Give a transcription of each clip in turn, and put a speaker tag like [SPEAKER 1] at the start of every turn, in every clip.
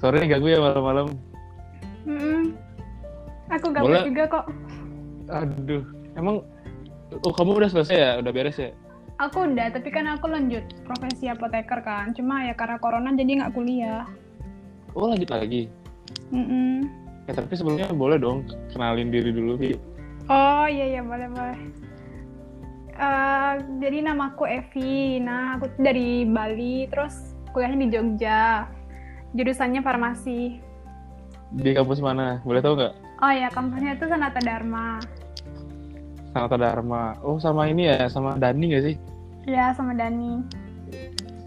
[SPEAKER 1] Sorry nih ganggu ya malam-malam.
[SPEAKER 2] Mm-mm. Aku gabut
[SPEAKER 1] Boleh.
[SPEAKER 2] juga kok.
[SPEAKER 1] Aduh, emang oh kamu udah selesai ya? Udah beres ya?
[SPEAKER 2] Aku udah, tapi kan aku lanjut profesi apoteker kan. Cuma ya karena corona jadi nggak kuliah.
[SPEAKER 1] Oh lanjut lagi.
[SPEAKER 2] Mm-mm.
[SPEAKER 1] Ya tapi sebelumnya boleh dong kenalin diri dulu. Hi.
[SPEAKER 2] Oh iya iya boleh boleh. Eh, jadi namaku Evi. Nah aku tuh dari Bali, terus kuliahnya di Jogja. Jurusannya farmasi.
[SPEAKER 1] Di kampus mana? Boleh tahu nggak?
[SPEAKER 2] Oh ya kampusnya itu Sanata Dharma.
[SPEAKER 1] Sanata Dharma. Oh sama ini ya, sama Dani nggak sih?
[SPEAKER 2] Ya sama Dani.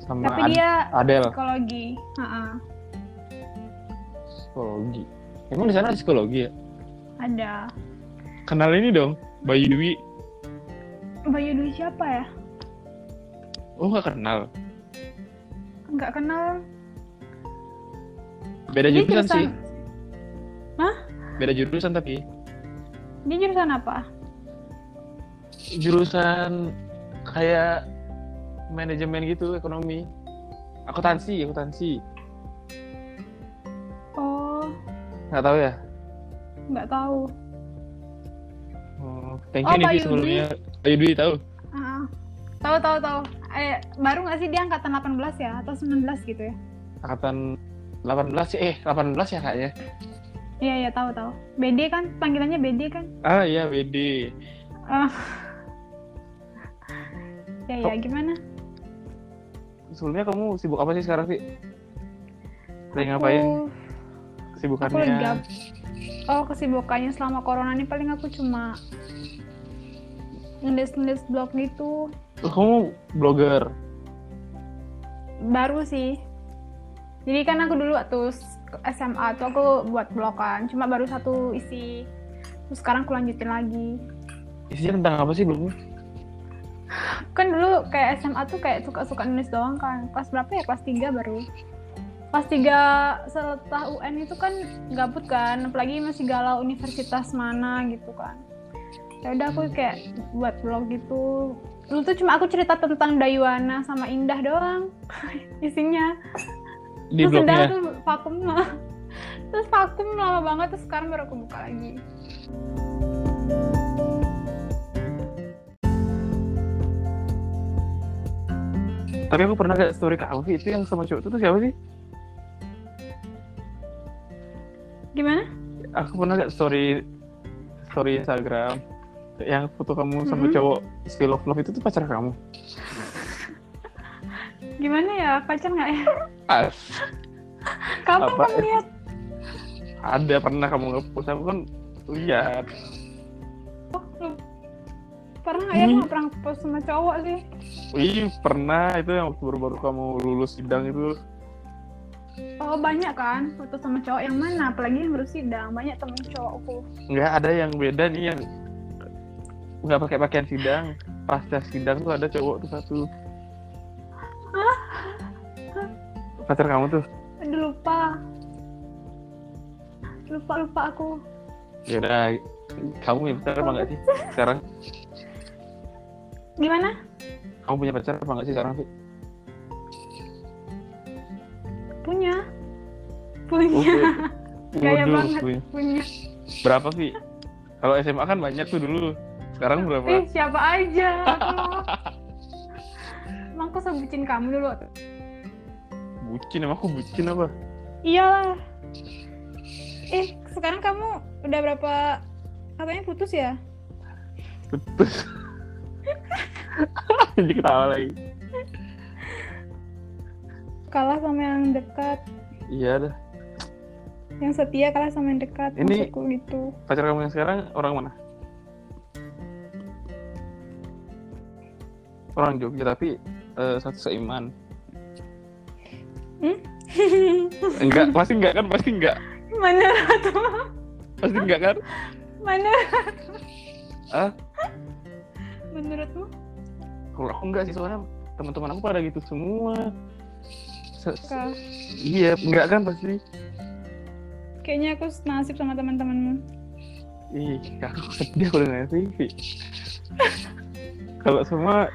[SPEAKER 1] Sama
[SPEAKER 2] Tapi
[SPEAKER 1] Ad-
[SPEAKER 2] dia
[SPEAKER 1] Adel,
[SPEAKER 2] psikologi. Ha-ha,
[SPEAKER 1] psikologi. Emang di sana ada psikologi ya?
[SPEAKER 2] ada.
[SPEAKER 1] Kenal ini dong, Bayu Dwi.
[SPEAKER 2] Bayu Dwi siapa ya?
[SPEAKER 1] Oh nggak kenal.
[SPEAKER 2] Nggak kenal.
[SPEAKER 1] Beda
[SPEAKER 2] Dia
[SPEAKER 1] jurusan sih.
[SPEAKER 2] jurusan- Hah?
[SPEAKER 1] Beda jurusan tapi.
[SPEAKER 2] Dia jurusan apa?
[SPEAKER 1] jurusan kayak manajemen gitu ekonomi akuntansi akuntansi
[SPEAKER 2] Oh,
[SPEAKER 1] nggak tahu ya
[SPEAKER 2] nggak tahu.
[SPEAKER 1] Hmm, thank you
[SPEAKER 2] Oh, Bayu
[SPEAKER 1] Niki
[SPEAKER 2] Dwi.
[SPEAKER 1] sebelumnya Bayu Dwi tahu
[SPEAKER 2] Ah, tahu tahu tahu. Eh, baru nggak sih dia angkatan 18 ya atau 19 gitu ya?
[SPEAKER 1] angkatan 18 sih eh 18 ya kayaknya
[SPEAKER 2] Iya iya tahu tahu. BD kan panggilannya BD kan?
[SPEAKER 1] ah iya BD
[SPEAKER 2] Ah. ya
[SPEAKER 1] Oh.
[SPEAKER 2] ya gimana?
[SPEAKER 1] sebelumnya kamu sibuk apa sih sekarang sih lagi ngapain
[SPEAKER 2] Aku- Aku lagi
[SPEAKER 1] kesibukannya
[SPEAKER 2] gab- Oh, kesibukannya selama corona ini paling aku cuma nulis-nulis blog gitu.
[SPEAKER 1] Oh, kamu blogger
[SPEAKER 2] Baru sih. Jadi kan aku dulu waktu s- SMA tuh aku buat blog kan, cuma baru satu isi. Terus sekarang aku lanjutin lagi.
[SPEAKER 1] isinya tentang apa sih blogmu
[SPEAKER 2] Kan dulu kayak SMA tuh kayak suka-suka nulis doang kan. Kelas berapa ya? Kelas 3 baru. Kelas 3 setelah UN itu kan gabut kan, apalagi masih galau universitas mana gitu kan. ya udah aku kayak buat vlog gitu dulu tuh cuma aku cerita tentang Dayuana sama Indah doang isinya
[SPEAKER 1] di
[SPEAKER 2] terus
[SPEAKER 1] blognya
[SPEAKER 2] Indah tuh vakum terus vakum lama banget terus sekarang baru aku buka lagi
[SPEAKER 1] tapi aku pernah lihat story kamu sih itu yang sama cowok itu tuh siapa sih
[SPEAKER 2] gimana
[SPEAKER 1] aku pernah lihat story story Instagram yang foto kamu sama
[SPEAKER 2] Mhm.
[SPEAKER 1] cowok si love love itu tuh pacar kamu
[SPEAKER 2] gimana ya pacar nggak ya
[SPEAKER 1] ah,
[SPEAKER 2] kapan
[SPEAKER 1] Apa?
[SPEAKER 2] kamu lihat
[SPEAKER 1] ada pernah kamu ngepost aku kan lihat
[SPEAKER 2] pernah nggak ya aku
[SPEAKER 1] Hmm.
[SPEAKER 2] nggak pernah post sama cowok sih
[SPEAKER 1] ih pernah itu yang waktu baru-baru kamu lulus sidang itu
[SPEAKER 2] oh banyak kan foto sama cowok yang mana apalagi yang baru sidang banyak temen cowokku
[SPEAKER 1] nggak ada yang beda nih yang nggak pakai pakaian sidang pasca sidang tuh ada cowok tuh satu pacar kamu tuh
[SPEAKER 2] aduh lupa lupa lupa aku
[SPEAKER 1] ya udah kamu punya pacar apa nggak sih sekarang
[SPEAKER 2] gimana
[SPEAKER 1] kamu punya pacar apa nggak sih sekarang sih
[SPEAKER 2] Punya. Punya. Gaya
[SPEAKER 1] Waduh,
[SPEAKER 2] banget.
[SPEAKER 1] gue.
[SPEAKER 2] Punya.
[SPEAKER 1] berapa sih? Kalau SMA kan banyak tuh dulu. Sekarang
[SPEAKER 2] Ih,
[SPEAKER 1] berapa?
[SPEAKER 2] Eh, siapa aja. Aduh. Emang aku sebutin kamu dulu.
[SPEAKER 1] Bucin emang aku bucin apa?
[SPEAKER 2] Iyalah. Eh, sekarang kamu udah berapa katanya putus ya?
[SPEAKER 1] Putus. Jadi ketawa lagi.
[SPEAKER 2] Kalah sama yang dekat,
[SPEAKER 1] Iya dah.
[SPEAKER 2] yang setia kalah sama yang dekat.
[SPEAKER 1] Ini-
[SPEAKER 2] Maksudku gitu.
[SPEAKER 1] Pacar kamu yang sekarang orang mana? Orang Jogja tapi eh, satu seiman.
[SPEAKER 2] Hmm?
[SPEAKER 1] Enggak, pasti enggak kan? Pasti enggak.
[SPEAKER 2] Mana tuh?
[SPEAKER 1] Pasti enggak kan?
[SPEAKER 2] Mana?
[SPEAKER 1] Hah?
[SPEAKER 2] Menurutmu?
[SPEAKER 1] Kalau aku enggak sih soalnya teman-teman aku pada gitu semua. Se-
[SPEAKER 2] Kak,
[SPEAKER 1] iya, enggak kan pasti.
[SPEAKER 2] Kayaknya aku nasib sama teman-temanmu.
[SPEAKER 1] Ih, aku sedih aku dengan TV. Kalau semua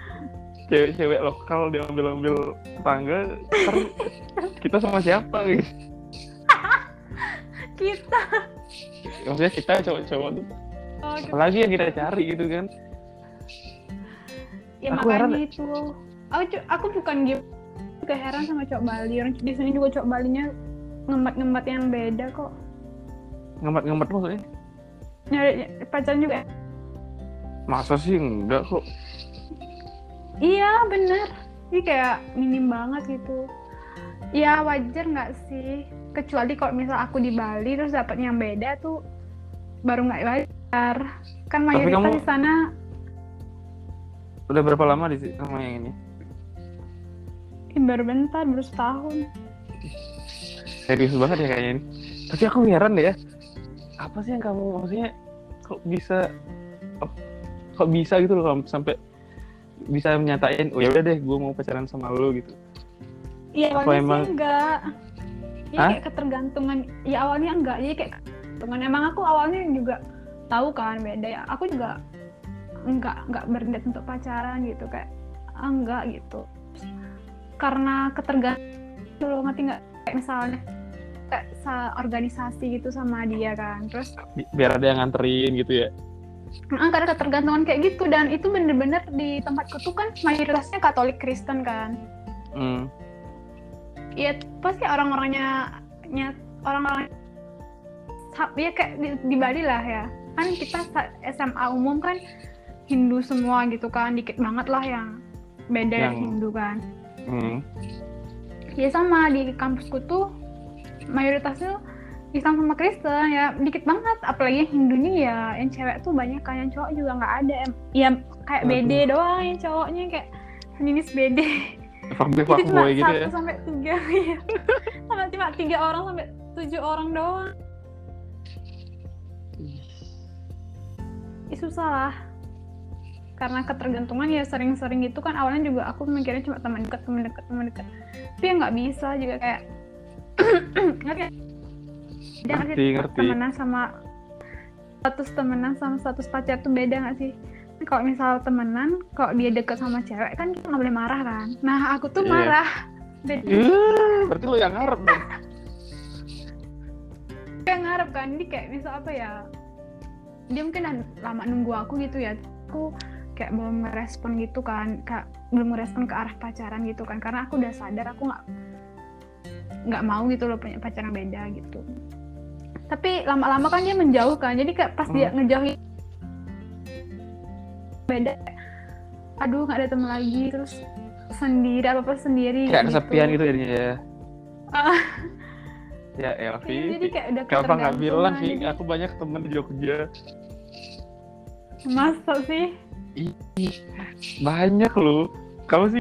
[SPEAKER 1] cewek-cewek gitu? lokal diambil-ambil tetangga, ntar kita sama siapa guys?
[SPEAKER 2] kita
[SPEAKER 1] maksudnya kita cowok-cowok tuh
[SPEAKER 2] oh, kita-
[SPEAKER 1] apalagi yang kita cari gitu kan
[SPEAKER 2] ya
[SPEAKER 1] Aku
[SPEAKER 2] makanya
[SPEAKER 1] heran deh.
[SPEAKER 2] itu aku cu- aku bukan gitu juga heran sama cowok Bali orang di sini juga cowok Balinya ngembat-ngembat yang beda kok
[SPEAKER 1] ngemet-ngemet maksudnya
[SPEAKER 2] nyari pacaran juga
[SPEAKER 1] masa sih enggak kok
[SPEAKER 2] iya bener ini kayak minim banget gitu ya wajar nggak sih kecuali kalau misal aku di Bali terus dapat yang beda tuh baru nggak wajar
[SPEAKER 1] Tapi
[SPEAKER 2] kan mayoritas
[SPEAKER 1] kamu-
[SPEAKER 2] di sana
[SPEAKER 1] udah berapa lama di sini sama yang ini
[SPEAKER 2] ih, baru bentar baru setahun
[SPEAKER 1] serius banget ya kayaknya ini tapi aku heran deh ya apa sih yang kamu maksudnya kok bisa kok bisa gitu loh kamu sampai bisa menyatain oh ya udah deh gue mau pacaran sama lo gitu
[SPEAKER 2] Iya
[SPEAKER 1] Apa
[SPEAKER 2] awalnya
[SPEAKER 1] emang-
[SPEAKER 2] sih enggak. Ya
[SPEAKER 1] Hah?
[SPEAKER 2] kayak ketergantungan. Ya awalnya enggak, jadi kayak ketergantungan. Emang aku awalnya juga tahu kan beda ya. Aku juga enggak enggak berniat untuk pacaran gitu kayak ah, enggak gitu. Karena ketergantungan gitu loh ngerti enggak kayak misalnya kayak sa- organisasi gitu sama dia kan. Terus
[SPEAKER 1] Bi- biar ada yang nganterin gitu ya
[SPEAKER 2] Nah, karena ketergantungan kayak gitu dan itu bener-bener di tempatku tuh kan mayoritasnya Katolik Kristen kan.
[SPEAKER 1] hmm.
[SPEAKER 2] ya pasti orang-orangnya nya orang-orang sa- ya kayak di, di Bali lah ya kan kita sa- SMA umum kan Hindu semua gitu kan dikit banget lah yang beda yang
[SPEAKER 1] Yang-
[SPEAKER 2] Hindu kan
[SPEAKER 1] Hmm.
[SPEAKER 2] ya sama di kampusku tuh mayoritasnya Islam sama Kristen ya dikit banget apalagi yang Hindunya ya yang cewek tuh banyak kan yang cowok juga nggak ada em- ya kayak
[SPEAKER 1] Aduh.
[SPEAKER 2] BD doang yang cowoknya kayak feminis BD
[SPEAKER 1] fuckboy
[SPEAKER 2] itu cuma
[SPEAKER 1] fuckboy gitu
[SPEAKER 2] satu
[SPEAKER 1] ya
[SPEAKER 2] sampai tiga iya. sama cuma tiga orang sampai tujuh orang doang Ih, susah lah karena ketergantungan ya sering-sering gitu kan awalnya juga aku mikirnya cuma teman dekat teman dekat teman dekat tapi ya nggak bisa juga kayak ngerti nggak? Beda nggak sih
[SPEAKER 1] Ngerti, ngerti.
[SPEAKER 2] temenan sama status temenan sama status pacar tuh beda nggak sih Nah, kalau misal temenan kalau dia deket sama cewek kan kita nggak boleh marah kan nah aku tuh
[SPEAKER 1] Iya.
[SPEAKER 2] marah beda
[SPEAKER 1] Ih, berarti lo yang ngarep dong
[SPEAKER 2] kayak ngarep kan jadi kayak misal apa ya dia mungkin an- lama nunggu aku gitu ya aku kayak belum ngerespon gitu kan kayak belum ngerespon ke arah pacaran gitu kan karena aku udah sadar aku nggak nggak mau gitu loh punya pacaran beda gitu tapi lama-lama kan dia menjauh kan jadi kayak pas dia
[SPEAKER 1] Hmm.
[SPEAKER 2] ngejauhin beda kayak, aduh nggak ada teman lagi terus sendiri apa apa sendiri
[SPEAKER 1] kayak kesepian gitu jadinya ya
[SPEAKER 2] Ah.
[SPEAKER 1] ya
[SPEAKER 2] Iya,
[SPEAKER 1] Elvi
[SPEAKER 2] jadi kayak udah
[SPEAKER 1] kenapa nggak bilang
[SPEAKER 2] ketergantungan,
[SPEAKER 1] sih
[SPEAKER 2] jadi-
[SPEAKER 1] aku banyak temen di Jogja
[SPEAKER 2] masa sih
[SPEAKER 1] banyak lo kamu sih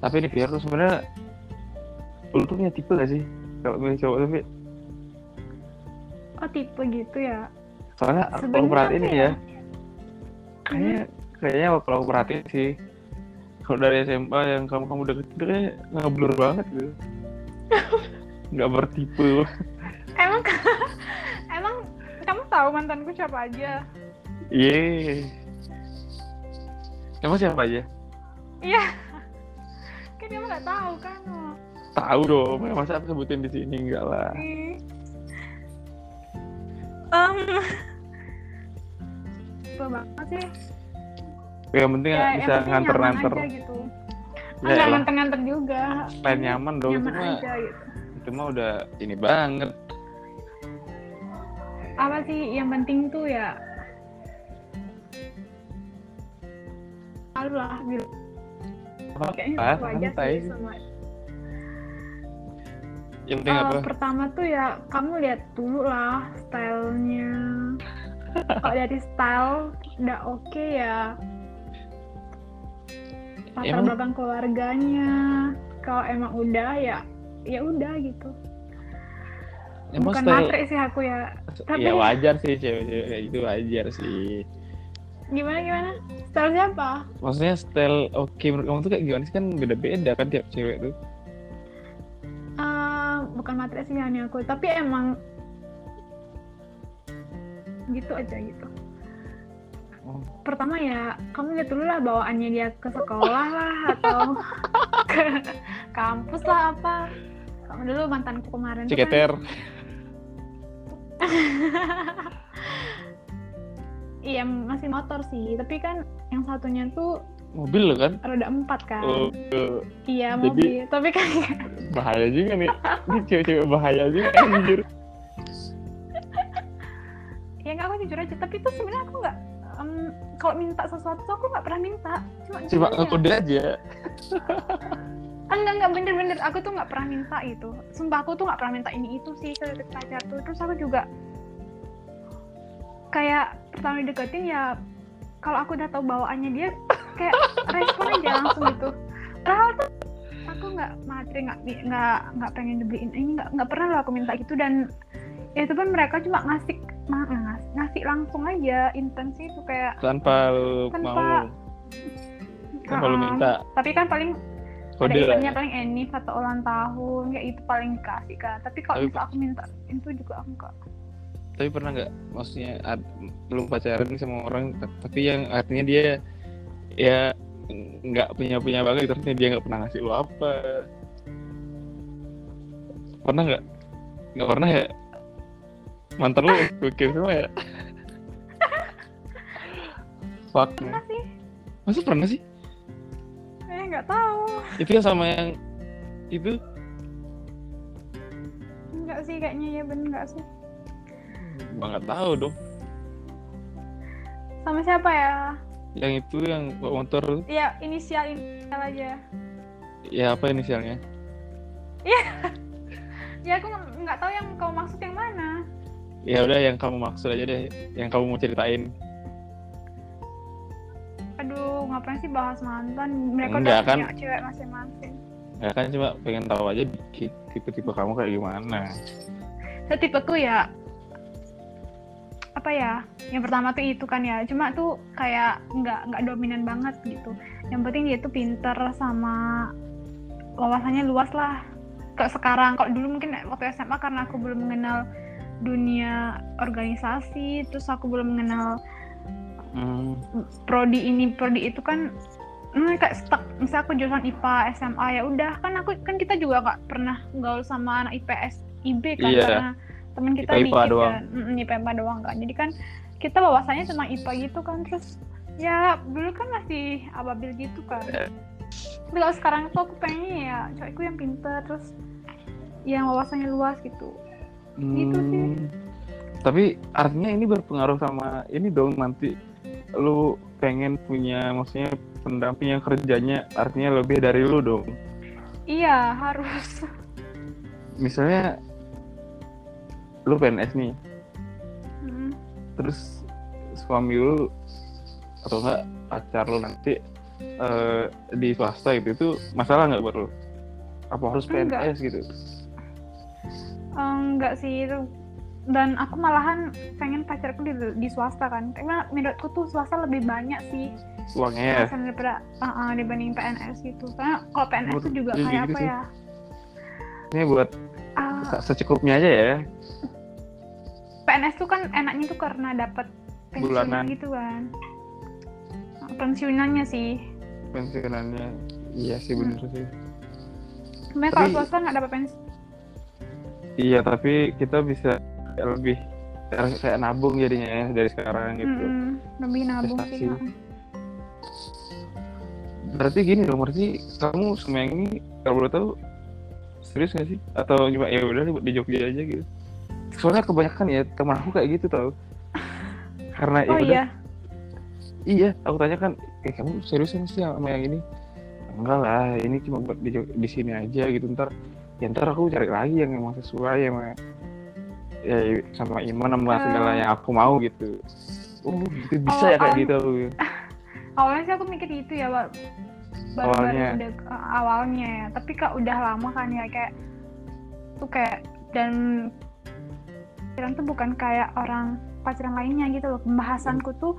[SPEAKER 1] tapi nih Fir, lu sebenarnya lu tuh punya tipe gak sih kalau milih cowok tapi
[SPEAKER 2] oh tipe gitu ya
[SPEAKER 1] soalnya kalau
[SPEAKER 2] Sebenarnya
[SPEAKER 1] perhatiin
[SPEAKER 2] apa
[SPEAKER 1] nih
[SPEAKER 2] ya?
[SPEAKER 1] ya kayaknya kayaknya kalau aku perhatiin sih kalau dari SMA yang kamu kamu udah kecil kayaknya ngeblur banget gitu nggak bertipe
[SPEAKER 2] Emang emang kamu tahu mantanku siapa aja?
[SPEAKER 1] Yeay. Iya. Emang siapa aja?
[SPEAKER 2] Iya. Kan kamu nggak tahu kan? Noh?
[SPEAKER 1] Tahu dong, masa aku sebutin di sini enggak lah.
[SPEAKER 2] Ih. Em, Tipe banget sih.
[SPEAKER 1] Yang penting
[SPEAKER 2] Ya, yang
[SPEAKER 1] bisa
[SPEAKER 2] penting nyaman
[SPEAKER 1] nganter-nganter.
[SPEAKER 2] aja gitu.
[SPEAKER 1] Ya
[SPEAKER 2] Enggak
[SPEAKER 1] elah,
[SPEAKER 2] nganter-nganter juga.
[SPEAKER 1] selain nyaman dong itu
[SPEAKER 2] Nyaman
[SPEAKER 1] mah,
[SPEAKER 2] aja gitu.
[SPEAKER 1] itu mah udah ini banget.
[SPEAKER 2] Apa sih yang penting tuh ya Tahu lah, bil-
[SPEAKER 1] Apa?
[SPEAKER 2] Oh, kayaknya
[SPEAKER 1] Ah,
[SPEAKER 2] itu aja
[SPEAKER 1] santai.
[SPEAKER 2] sih sama
[SPEAKER 1] Yang penting
[SPEAKER 2] Eh,
[SPEAKER 1] apa?
[SPEAKER 2] Pertama tuh ya kamu lihat dulu lah stylenya. Kalau dari style udah oke ya. Latar
[SPEAKER 1] Emang-
[SPEAKER 2] belakang keluarganya. Kalau emang udah ya ya udah gitu.
[SPEAKER 1] Emang
[SPEAKER 2] Bukan
[SPEAKER 1] style
[SPEAKER 2] matre sih aku ya. tapi-
[SPEAKER 1] ya wajar sih cewek-cewek kayak gitu wajar sih.
[SPEAKER 2] Gimana gimana? Style siapa?
[SPEAKER 1] Maksudnya style oke menurut kamu tuh kayak gimana sih kan beda-beda kan tiap cewek tuh.
[SPEAKER 2] Eh, bukan matre sih yang aku, tapi emang gitu aja gitu.
[SPEAKER 1] Oh.
[SPEAKER 2] pertama ya kamu lihat dulu lah bawaannya dia ke sekolah lah atau ke kampus lah apa kamu dulu mantanku kemarin tuh kan
[SPEAKER 1] Ciketer.
[SPEAKER 2] iya masih motor sih tapi kan yang satunya tuh
[SPEAKER 1] Mobil lo kan?
[SPEAKER 2] roda empat kan
[SPEAKER 1] Oh, eh, jadi-
[SPEAKER 2] iya mobil tapi kan
[SPEAKER 1] bahaya juga nih. Ini cewek-cewek bahaya juga anjir.
[SPEAKER 2] ya nggak aku jujur aja tapi tuh sebenarnya aku nggak em, kalau minta sesuatu tuh aku nggak pernah minta cuma
[SPEAKER 1] Coba
[SPEAKER 2] nanya.
[SPEAKER 1] ngekode aja.
[SPEAKER 2] enggak enggak bener-bener aku tuh nggak pernah minta itu sumpah aku tuh nggak pernah minta ini itu sih ke deket pacar tuh terus aku juga kayak pertama dideketin ya kalau aku udah tahu bawaannya dia kayak respon aja langsung gitu padahal tuh aku nggak materi nggak bi- nggak nggak pengen dibeliin ini nggak nggak pernah loh aku minta gitu dan ya itu pun mereka cuma ngasih ma- ngasih, ngasih langsung aja intens itu kayak
[SPEAKER 1] Tanpa lu
[SPEAKER 2] Tanpa-
[SPEAKER 1] mau tanpa lu
[SPEAKER 2] "Ah,
[SPEAKER 1] minta
[SPEAKER 2] tapi kan paling ada
[SPEAKER 1] kode lah.
[SPEAKER 2] eventnya
[SPEAKER 1] ya.
[SPEAKER 2] paling enif atau ulang tahun kayak itu paling dikasih kan tapi kalau
[SPEAKER 1] Tapi-
[SPEAKER 2] misal aku minta itu juga aku nggak
[SPEAKER 1] Tapi pernah nggak maksudnya ad, lu pacaran nih sama orang t- tapi yang artinya dia ya nggak punya punya banget gitu. artinya dia nggak pernah ngasih lu apa pernah nggak nggak pernah ya mantan lu bikin semua ya fuck man.
[SPEAKER 2] pernah sih
[SPEAKER 1] masa pernah sih
[SPEAKER 2] eh nggak tahu
[SPEAKER 1] itu yang sama yang itu
[SPEAKER 2] nggak sih kayaknya ya bener nggak sih
[SPEAKER 1] gua nggak tahu dong
[SPEAKER 2] sama siapa ya
[SPEAKER 1] yang itu yang bawa motor tuh.
[SPEAKER 2] ya inisial inisial aja
[SPEAKER 1] ya apa inisialnya
[SPEAKER 2] ya aku nggak- nggak tahu yang kau maksud yang mana
[SPEAKER 1] ya udah yang kamu maksud aja deh yang kamu mau ceritain
[SPEAKER 2] aduh ngapain sih bahas mantan mereka
[SPEAKER 1] Nggak,
[SPEAKER 2] udah
[SPEAKER 1] kan.
[SPEAKER 2] punya cewek masing-masing
[SPEAKER 1] ya kan cuma pengen tahu aja ki- tipe-tipe kamu kayak gimana
[SPEAKER 2] setipeku ya apa ya yang pertama tuh itu kan ya cuma tuh kayak nggak nggak dominan banget gitu yang penting dia tuh pinter sama wawasannya luas lah kalau sekarang kalau dulu mungkin waktu SMA karena aku belum mengenal dunia organisasi terus aku belum mengenal
[SPEAKER 1] hmm.
[SPEAKER 2] prodi ini prodi itu kan hmm, kayak stuck misal aku jurusan IPA SMA ya udah kan aku kan kita juga nggak pernah gaul sama anak IPS IB kan
[SPEAKER 1] Iya.
[SPEAKER 2] karena teman kita
[SPEAKER 1] IPA
[SPEAKER 2] dikit
[SPEAKER 1] doang.
[SPEAKER 2] kan Mm, IPA IPA doang kan jadi kan kita wawasannya tentang IPA gitu kan terus ya dulu kan masih ababil gitu kan
[SPEAKER 1] Iya.
[SPEAKER 2] tapi kalau sekarang tuh aku pengennya ya cowokku yang pinter terus yang wawasannya luas gitu Gitu sih.
[SPEAKER 1] Hmm. tapi artinya ini berpengaruh sama ini dong nanti lu pengen punya maksudnya pendamping yang kerjanya artinya lebih dari lu dong
[SPEAKER 2] iya harus
[SPEAKER 1] misalnya lu PNS nih
[SPEAKER 2] Mm.
[SPEAKER 1] terus suami lu atau enggak pacar lu nanti eh, di swasta gitu itu masalah nggak buat lu apa harus PNS
[SPEAKER 2] Enggak.
[SPEAKER 1] gitu
[SPEAKER 2] enggak Eh, sih itu dan aku malahan pengen pacarku di, di swasta kan karena menurutku tuh swasta lebih banyak sih
[SPEAKER 1] uangnya ya?
[SPEAKER 2] alasan daripada uh, uh, dibanding PNS gitu karena kalau PNS tuh juga
[SPEAKER 1] Menurut-
[SPEAKER 2] kayak
[SPEAKER 1] gitu
[SPEAKER 2] apa
[SPEAKER 1] sih.
[SPEAKER 2] ya
[SPEAKER 1] ini buat
[SPEAKER 2] ah,
[SPEAKER 1] se- secukupnya aja ya
[SPEAKER 2] PNS tuh kan enaknya tuh karena dapat pensiunan
[SPEAKER 1] Bulanan.
[SPEAKER 2] gitu kan Nah, pensiunannya sih
[SPEAKER 1] pensiunannya iya sih
[SPEAKER 2] Hmm.
[SPEAKER 1] bener sih
[SPEAKER 2] sebenarnya kalau
[SPEAKER 1] Tapi-
[SPEAKER 2] swasta nggak dapat pensiun
[SPEAKER 1] iya tapi kita bisa lebih kayak nabung jadinya ya dari sekarang gitu
[SPEAKER 2] Mm-mm, lebih nabung
[SPEAKER 1] Prestasi.
[SPEAKER 2] sih
[SPEAKER 1] Ya,
[SPEAKER 2] nah.
[SPEAKER 1] berarti gini dong berarti kamu semua yang ini kalau boleh tahu serius gak sih atau cuma ya udah nih, di Jogja aja gitu soalnya kebanyakan ya teman aku kayak gitu tau karena ya
[SPEAKER 2] oh
[SPEAKER 1] udah
[SPEAKER 2] iya
[SPEAKER 1] iya aku tanya kan eh kamu serius nggak sih sama yang ini enggak lah ini cuma buat di, di sini aja gitu ntar ya ntar aku cari lagi yang emang sesuai yang emang- ya sama iman sama
[SPEAKER 2] Eh.
[SPEAKER 1] segala yang aku mau gitu oh gitu bisa
[SPEAKER 2] Kalau
[SPEAKER 1] ya kayak
[SPEAKER 2] awal-
[SPEAKER 1] gitu aku
[SPEAKER 2] awalnya sih aku mikir gitu ya Wak. baru
[SPEAKER 1] Awalnya.
[SPEAKER 2] baru udah uh, awalnya ya tapi kak udah lama kan ya kayak tuh kayak dan pacaran tuh bukan kayak orang pacaran lainnya gitu loh pembahasanku tuh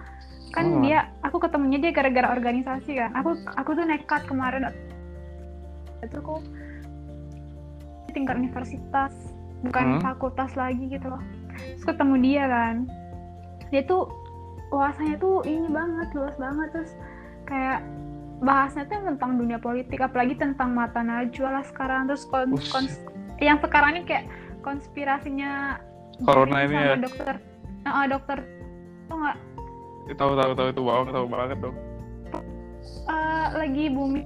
[SPEAKER 2] kan
[SPEAKER 1] Hmm.
[SPEAKER 2] dia aku ketemunya dia gara-gara organisasi kan aku aku tuh nekat kemarin itu aku tingkat universitas
[SPEAKER 1] Hmm.
[SPEAKER 2] bukan fakultas lagi gitu loh terus ketemu dia kan dia tuh wawasannya tuh ini banget luas banget terus kayak bahasnya tuh tentang dunia politik apalagi tentang mata najwa lah sekarang terus kon-
[SPEAKER 1] Ush.
[SPEAKER 2] kons- yang sekarang ini kayak konspirasinya
[SPEAKER 1] Corona
[SPEAKER 2] Jering
[SPEAKER 1] ini
[SPEAKER 2] sama
[SPEAKER 1] ya.
[SPEAKER 2] dokter Nah, dokter tuh nggak
[SPEAKER 1] tahu tahu tahu itu banget tahu banget dong
[SPEAKER 2] eh, lagi booming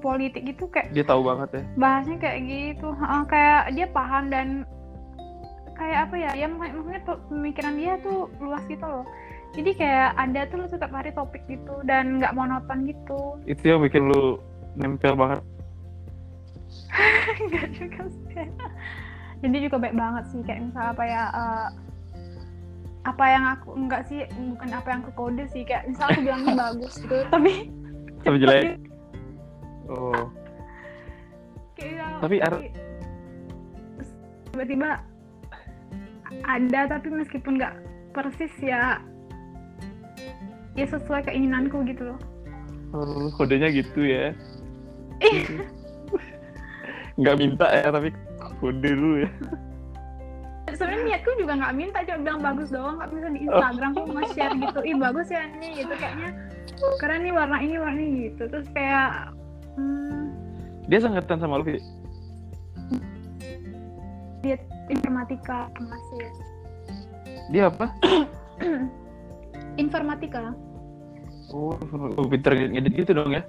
[SPEAKER 2] politik itu kayak
[SPEAKER 1] dia tahu banget ya
[SPEAKER 2] bahasnya kayak gitu Heeh, kayak dia paham dan kayak apa ya ya mak- maksudnya pe- pemikiran dia tuh luas gitu loh jadi kayak ada tuh setiap hari topik gitu dan nggak monoton gitu
[SPEAKER 1] itu yang bikin lu nempel banget
[SPEAKER 2] nggak juga sih jadi juga baik banget sih kayak misal apa ya eh, apa yang aku enggak sih bukan apa yang aku kode sih kayak misal aku bilangnya bagus gitu tapi
[SPEAKER 1] tapi
[SPEAKER 2] cepet
[SPEAKER 1] jelek
[SPEAKER 2] gitu.
[SPEAKER 1] oh
[SPEAKER 2] Kayak ya,
[SPEAKER 1] Tapi Ar-
[SPEAKER 2] tiba-tiba ada tapi meskipun nggak persis ya ya sesuai keinginanku gitu loh.
[SPEAKER 1] oh, kodenya gitu ya nggak minta ya tapi kode lu ya
[SPEAKER 2] Sebenarnya niatku juga nggak minta cuma bilang bagus doang, nggak bisa di Instagram aku nge-share gitu, ih bagus ya ini gitu kayaknya keren nih warna ini warna ini gitu terus kayak hmm,
[SPEAKER 1] dia sangkatan sama lu Fi.
[SPEAKER 2] dia informatika masih
[SPEAKER 1] dia apa
[SPEAKER 2] informatika
[SPEAKER 1] oh lu pinter ngedit gitu dong ya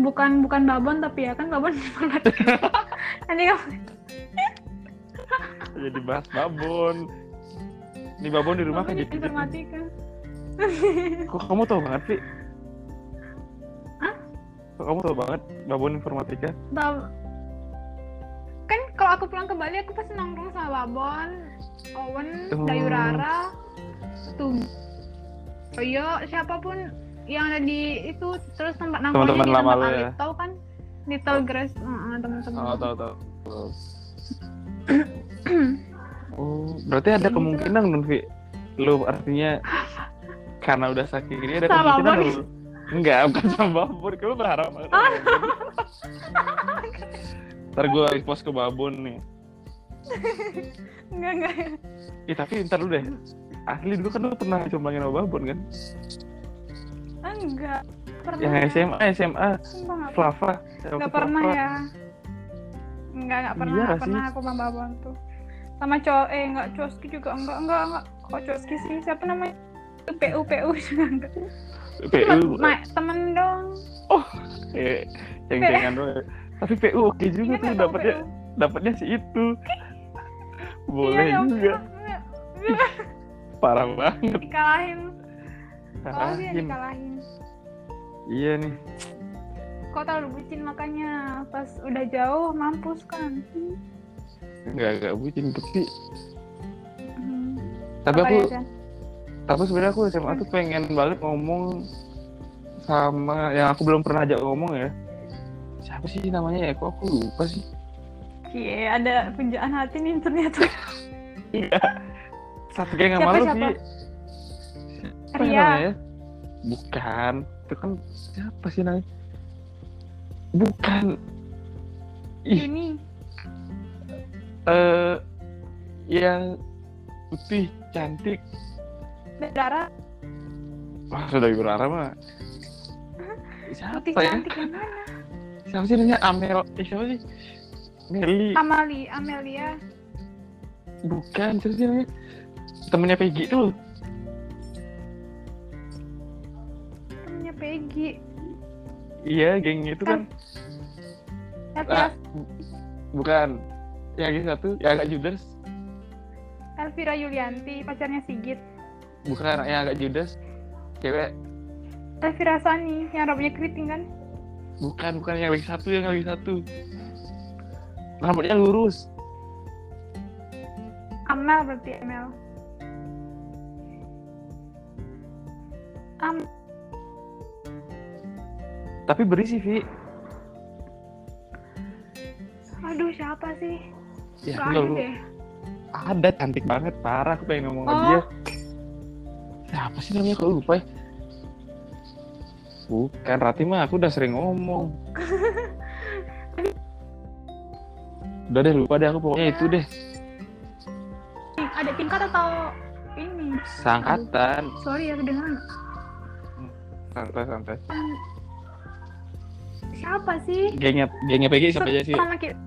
[SPEAKER 2] bukan bukan babon tapi ya kan babon informatika nanti
[SPEAKER 1] kan
[SPEAKER 2] kamu
[SPEAKER 1] jadi bahas Iya, babon ini babon di rumah kan
[SPEAKER 2] Kamu
[SPEAKER 1] jadi
[SPEAKER 2] nih informatika
[SPEAKER 1] kok kamu tahu banget sih
[SPEAKER 2] Hah?
[SPEAKER 1] kok kamu tahu banget babon informatika
[SPEAKER 2] Bab... kan kalau aku pulang ke Bali aku pasti nongkrong sama Babon Owen
[SPEAKER 1] Oh.
[SPEAKER 2] Dayurara tuh Yo siapapun yang ada di itu terus tempat nongkrongnya
[SPEAKER 1] Teman-teman
[SPEAKER 2] di
[SPEAKER 1] lama
[SPEAKER 2] tempat
[SPEAKER 1] lu ya?
[SPEAKER 2] Alito kan Little Grace Heeh, teman-teman
[SPEAKER 1] oh tahu tahu oh berarti ada
[SPEAKER 2] Kayak gitu.
[SPEAKER 1] kemungkinan dong Vi lu artinya karena udah sakit ini ada
[SPEAKER 2] Sama
[SPEAKER 1] kemungkinan
[SPEAKER 2] babon.
[SPEAKER 1] lu enggak bukan sama babon kamu berharap banget
[SPEAKER 2] Ah.
[SPEAKER 1] sama babon. ntar gue post ke babon nih
[SPEAKER 2] enggak enggak
[SPEAKER 1] Ih tapi ntar lu deh Asli dulu kan lu pernah comblangin sama babon kan
[SPEAKER 2] enggak pernah
[SPEAKER 1] Yang SMA, SMA
[SPEAKER 2] Sumpah, nggak pernah.
[SPEAKER 1] Flava Yang
[SPEAKER 2] Nggak
[SPEAKER 1] waktu Flava.
[SPEAKER 2] pernah ya. Enggak, enggak pernah,
[SPEAKER 1] Iya
[SPEAKER 2] nggak
[SPEAKER 1] sih.
[SPEAKER 2] pernah aku sama Babon tuh. Sama cowok eh enggak Choski juga enggak, enggak, enggak. Kok Choski sih siapa namanya? PU PU juga enggak.
[SPEAKER 1] PU
[SPEAKER 2] Temen, ma- temen dong.
[SPEAKER 1] eh, Yang jangan doang ya. Tapi PU oke juga tuh
[SPEAKER 2] Ingat Iya, nggak kamu
[SPEAKER 1] dapatnya
[SPEAKER 2] PU?
[SPEAKER 1] dapatnya si itu Boleh
[SPEAKER 2] Iya, dong.
[SPEAKER 1] juga Parah banget
[SPEAKER 2] Dikalahin. Oh, Kalau sih
[SPEAKER 1] Karahin.
[SPEAKER 2] yang dikalahin.
[SPEAKER 1] Iya nih
[SPEAKER 2] Kok terlalu bucin makanya pas udah jauh mampus kan.
[SPEAKER 1] Enggak, enggak bucin Tapi,
[SPEAKER 2] Hmm.
[SPEAKER 1] tapi
[SPEAKER 2] Apa
[SPEAKER 1] aku
[SPEAKER 2] ya, Jan?
[SPEAKER 1] Tapi sebenarnya aku SMA tuh pengen banget ngomong Sama yang aku belum pernah ajak ngomong ya Siapa sih namanya ya? Kok aku lupa sih
[SPEAKER 2] Cie, Iya, ada pujaan hati nih ternyata.
[SPEAKER 1] satu geng yang
[SPEAKER 2] Siapa,
[SPEAKER 1] malu
[SPEAKER 2] siapa?
[SPEAKER 1] sih Apa
[SPEAKER 2] Ria.
[SPEAKER 1] namanya? ya? bukan itu kan siapa sih namanya bukan Ih.
[SPEAKER 2] Ini
[SPEAKER 1] eh yang putih cantik
[SPEAKER 2] darah
[SPEAKER 1] wah sudah berarah mah siapa
[SPEAKER 2] putih
[SPEAKER 1] ya
[SPEAKER 2] cantik yang mana?
[SPEAKER 1] siapa sih namanya Amel eh, siapa sih Meli
[SPEAKER 2] Amali, Amelia.
[SPEAKER 1] bukan siapa sih namanya temennya Peggy tuh
[SPEAKER 2] temennya Peggy
[SPEAKER 1] iya geng itu kan Ah,
[SPEAKER 2] Elvira,
[SPEAKER 1] bu- bukan yang satu yang agak judes Ah.
[SPEAKER 2] Elvira Yulianti pacarnya Sigit
[SPEAKER 1] bukan yang agak judes cewek
[SPEAKER 2] Elvira Sani yang rambutnya keriting kan
[SPEAKER 1] Bukan, bukan yang lagi satu, yang lagi satu. Rambutnya lurus.
[SPEAKER 2] Amel berarti Amel Am
[SPEAKER 1] Tapi berisi, Vi.
[SPEAKER 2] aduh siapa sih gitu
[SPEAKER 1] Ya,
[SPEAKER 2] Gak
[SPEAKER 1] enggak,
[SPEAKER 2] ada
[SPEAKER 1] lu.
[SPEAKER 2] deh
[SPEAKER 1] Ada, cantik banget. Parah, aku pengen ngomong sama
[SPEAKER 2] Oh.
[SPEAKER 1] dia. Siapa Eh, sih namanya? Kok lupa ya? Bukan, Rati mah aku udah sering ngomong. udah deh, lupa deh. Aku pokoknya itu deh.
[SPEAKER 2] Nih, adik tingkat atau ini?
[SPEAKER 1] Seangkatan.
[SPEAKER 2] Sorry ya kedengeran.
[SPEAKER 1] Santai santai.
[SPEAKER 2] Siapa sih?
[SPEAKER 1] Gengnya gengnya Peggy siapa aja sih?
[SPEAKER 2] Sama kayak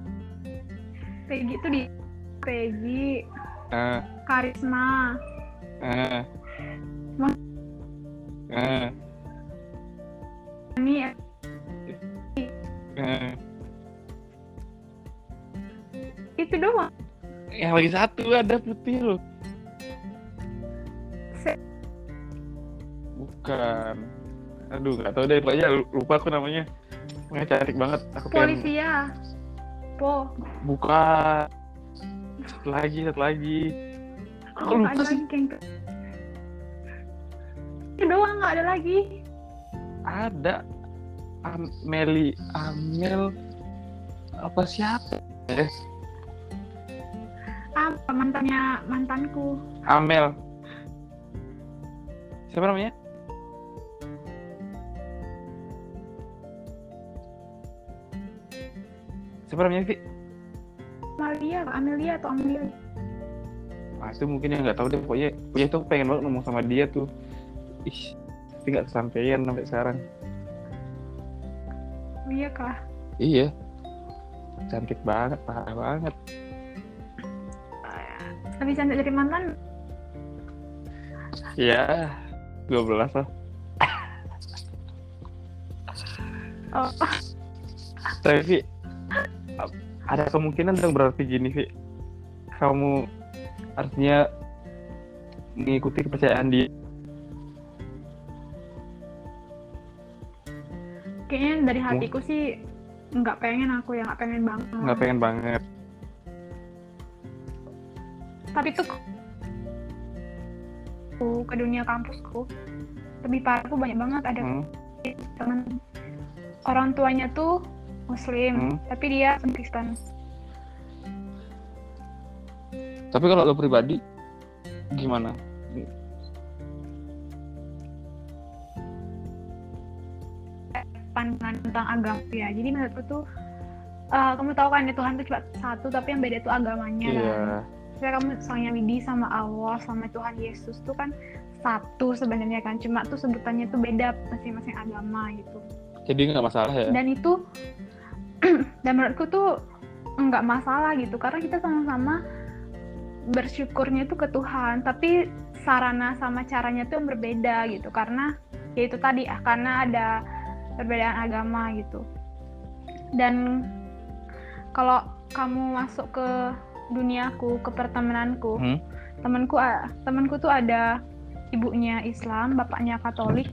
[SPEAKER 2] Peggy tuh di Peggy,
[SPEAKER 1] Eh,
[SPEAKER 2] Karisma,
[SPEAKER 1] eh.
[SPEAKER 2] Mas-
[SPEAKER 1] Eh,
[SPEAKER 2] ini
[SPEAKER 1] eh.
[SPEAKER 2] itu doang.
[SPEAKER 1] Yang lagi satu ada putih loh.
[SPEAKER 2] Se-
[SPEAKER 1] Bukan. Aduh, gak tau deh. Pokoknya lupa aku namanya. Pokoknya cantik banget. Aku pengen...
[SPEAKER 2] Polisia. Po.
[SPEAKER 1] Bukan. Satu lagi, satu lagi. Kok lupa
[SPEAKER 2] ada
[SPEAKER 1] sih?
[SPEAKER 2] lagi kayak gitu. Itu doang nggak ada lagi.
[SPEAKER 1] Ada. Ameli. Amel. Apa siapa? Eh,
[SPEAKER 2] Apa mantannya mantanku?
[SPEAKER 1] Amel. Siapa namanya? Siapa namanya, Vi?
[SPEAKER 2] Malia, Amelia atau Amelia?
[SPEAKER 1] Ah, itu mungkin yang nggak tahu deh pokoknya pokoknya tuh pengen banget ngomong sama dia tuh ih tapi nggak kesampaian sampai sekarang
[SPEAKER 2] Oh, iya kah?
[SPEAKER 1] iya cantik banget parah banget
[SPEAKER 2] Lebih cantik dari mantan.
[SPEAKER 1] ya 12 lah
[SPEAKER 2] Oh,
[SPEAKER 1] tapi Vi, a- ada kemungkinan dong berarti gini Vi kamu artinya mengikuti kepercayaan dia
[SPEAKER 2] kayaknya dari hatiku sih nggak pengen aku ya nggak pengen banget.
[SPEAKER 1] nggak pengen banget
[SPEAKER 2] Tapi tuh aku ke dunia kampusku lebih parah aku banyak banget ada
[SPEAKER 1] Hmm,
[SPEAKER 2] temen orang tuanya tuh
[SPEAKER 1] Hmm.
[SPEAKER 2] muslim tapi dia Kristen
[SPEAKER 1] tapi kalau lo pribadi gimana
[SPEAKER 2] pandangan tentang agama ya jadi menurutku tuh eh, kamu tahu kan ya Tuhan tuh cuma satu tapi yang beda tuh agamanya kan
[SPEAKER 1] iya
[SPEAKER 2] saya kamu soalnya Widi sama Allah sama Tuhan Yesus tuh kan satu sebenarnya kan cuma tuh sebutannya tuh beda masing-masing agama gitu
[SPEAKER 1] jadi nggak masalah ya
[SPEAKER 2] dan itu dan menurutku tuh nggak masalah gitu karena kita sama-sama bersyukurnya itu ke Tuhan tapi sarana sama caranya tuh yang berbeda gitu karena ya itu tadi ah karena ada perbedaan agama gitu dan kalau kamu masuk ke duniaku ke pertemananku
[SPEAKER 1] Hmm.
[SPEAKER 2] temanku a- temanku tuh ada ibunya Islam bapaknya Katolik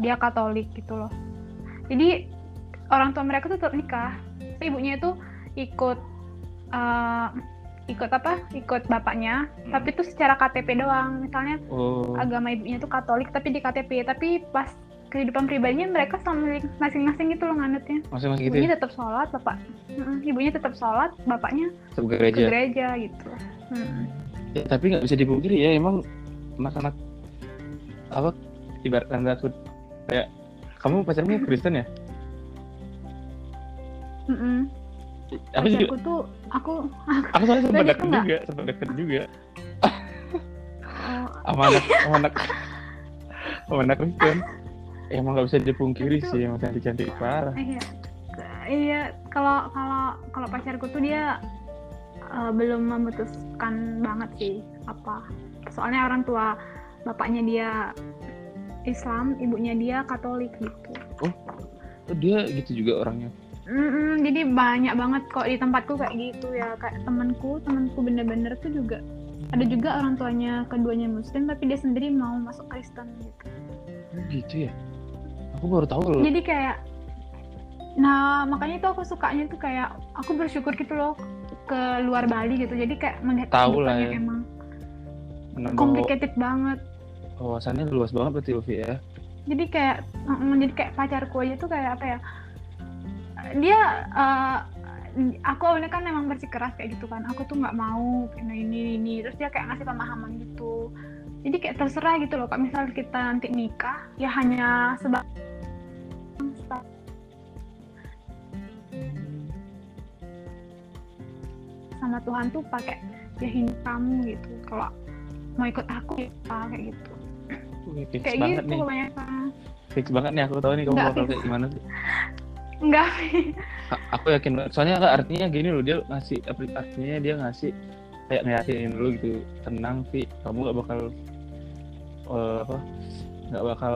[SPEAKER 2] dia Katolik gitu loh jadi orang tua mereka tuh tetap nikah Terus ibunya itu ikut eh, ikut apa ikut bapaknya
[SPEAKER 1] Hmm.
[SPEAKER 2] tapi itu secara KTP doang misalnya
[SPEAKER 1] oh
[SPEAKER 2] agama ibunya tuh Katolik tapi di KTP tapi pas kehidupan pribadinya mereka sama masing-masing gitu loh nganutnya
[SPEAKER 1] masing-masing gitu ya?
[SPEAKER 2] ibunya tetap sholat bapak Mm-mm, ibunya tetap sholat bapaknya
[SPEAKER 1] Satu
[SPEAKER 2] ke
[SPEAKER 1] gereja
[SPEAKER 2] gereja gitu Mm.
[SPEAKER 1] Ya, tapi nggak bisa dipungkiri ya emang anak-anak apa ibarat tanda kut- kayak kamu pacarnya Kristen ya?
[SPEAKER 2] Mm-mm.
[SPEAKER 1] Aku juga,
[SPEAKER 2] Pacarku tuh Iya, aku
[SPEAKER 1] aku soalnya sempat
[SPEAKER 2] Jadi
[SPEAKER 1] deket
[SPEAKER 2] enggak.
[SPEAKER 1] juga, sempat deket juga
[SPEAKER 2] oh,
[SPEAKER 1] sama anak sama anak sama anak Kristen. Emang nggak bisa dipungkiri
[SPEAKER 2] Itu-
[SPEAKER 1] sih, emang cantik-cantik parah.
[SPEAKER 2] iya iya kalau kalau kalau pacarku tuh dia eh, belum memutuskan banget sih apa soalnya orang tua bapaknya dia Islam ibunya dia Katolik gitu
[SPEAKER 1] Oh, dia gitu juga orangnya.
[SPEAKER 2] Mm-mm, jadi banyak banget kok di tempatku kayak gitu ya kayak temanku temanku bener-bener tuh juga ada juga orang tuanya keduanya muslim tapi dia sendiri mau masuk Kristen gitu
[SPEAKER 1] Oh, gitu ya? Aku baru tahu loh.
[SPEAKER 2] jadi kayak nah makanya tuh aku sukanya tuh kayak aku bersyukur gitu loh ke luar Bali gitu jadi kayak melihat
[SPEAKER 1] Tahu lah
[SPEAKER 2] kehidupan
[SPEAKER 1] ya.
[SPEAKER 2] yang emang
[SPEAKER 1] Menambah
[SPEAKER 2] complicated banget
[SPEAKER 1] Wawasannya luas banget berarti Ovi ya.
[SPEAKER 2] jadi kayak mm, jadi kayak pacarku aja tuh kayak apa ya dia eh, aku awalnya kan emang bersikeras kayak gitu kan aku tuh nggak mau ini ini ini terus dia kayak ngasih pemahaman gitu jadi kayak terserah gitu loh kalau misal kita nanti nikah ya hanya sebab sama Tuhan tuh pakai yahin kamu gitu kalau mau ikut aku ya kayak gitu
[SPEAKER 1] Wih, fix
[SPEAKER 2] kayak
[SPEAKER 1] banget
[SPEAKER 2] gitu
[SPEAKER 1] nih
[SPEAKER 2] kebanyakan
[SPEAKER 1] fix banget nih aku tahu nih kamu
[SPEAKER 2] Nggak
[SPEAKER 1] bakal
[SPEAKER 2] fix.
[SPEAKER 1] kayak gimana sih
[SPEAKER 2] enggak
[SPEAKER 1] A- aku yakin banget. soalnya nggak, artinya gini loh dia ngasih apli- artinya dia ngasih kayak ngeyakinin dulu gitu tenang Vi kamu gak bakal eh, apa gak bakal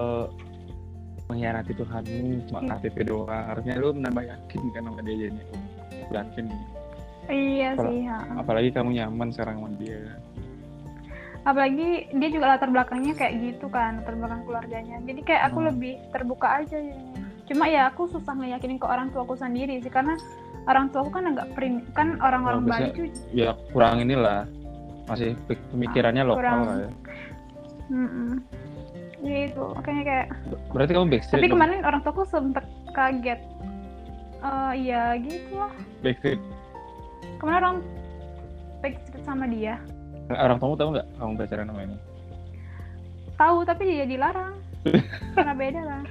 [SPEAKER 1] mengkhianati Tuhanmu cuma
[SPEAKER 2] Iya.
[SPEAKER 1] KTP doang artinya lu menambah yakin kan sama dia jadi yakin
[SPEAKER 2] iya
[SPEAKER 1] Kalau-
[SPEAKER 2] sih ha.
[SPEAKER 1] apalagi kamu nyaman sekarang sama dia
[SPEAKER 2] apalagi dia juga latar belakangnya kayak gitu kan latar belakang keluarganya jadi kayak aku
[SPEAKER 1] Hmm.
[SPEAKER 2] lebih terbuka aja jadinya. cuma ya aku susah ngeyakinin ke orang tuaku sendiri sih karena orang tuaku kan agak prim kan
[SPEAKER 1] Oh,
[SPEAKER 2] orang-orang Bali
[SPEAKER 1] bisa.
[SPEAKER 2] tuh
[SPEAKER 1] ya kurang inilah masih pik- pemikirannya lokal
[SPEAKER 2] kurang.
[SPEAKER 1] lah ya
[SPEAKER 2] Mm-mm. gitu makanya kayak
[SPEAKER 1] berarti kamu backstreet
[SPEAKER 2] tapi
[SPEAKER 1] dong?
[SPEAKER 2] kemarin orang tuaku sempet kaget Eh ya gitu lah
[SPEAKER 1] backstreet
[SPEAKER 2] kemarin orang backstreet sama dia
[SPEAKER 1] orang kamu tahu nggak kamu pacaran sama ini
[SPEAKER 2] tahu tapi dia dilarang karena beda lah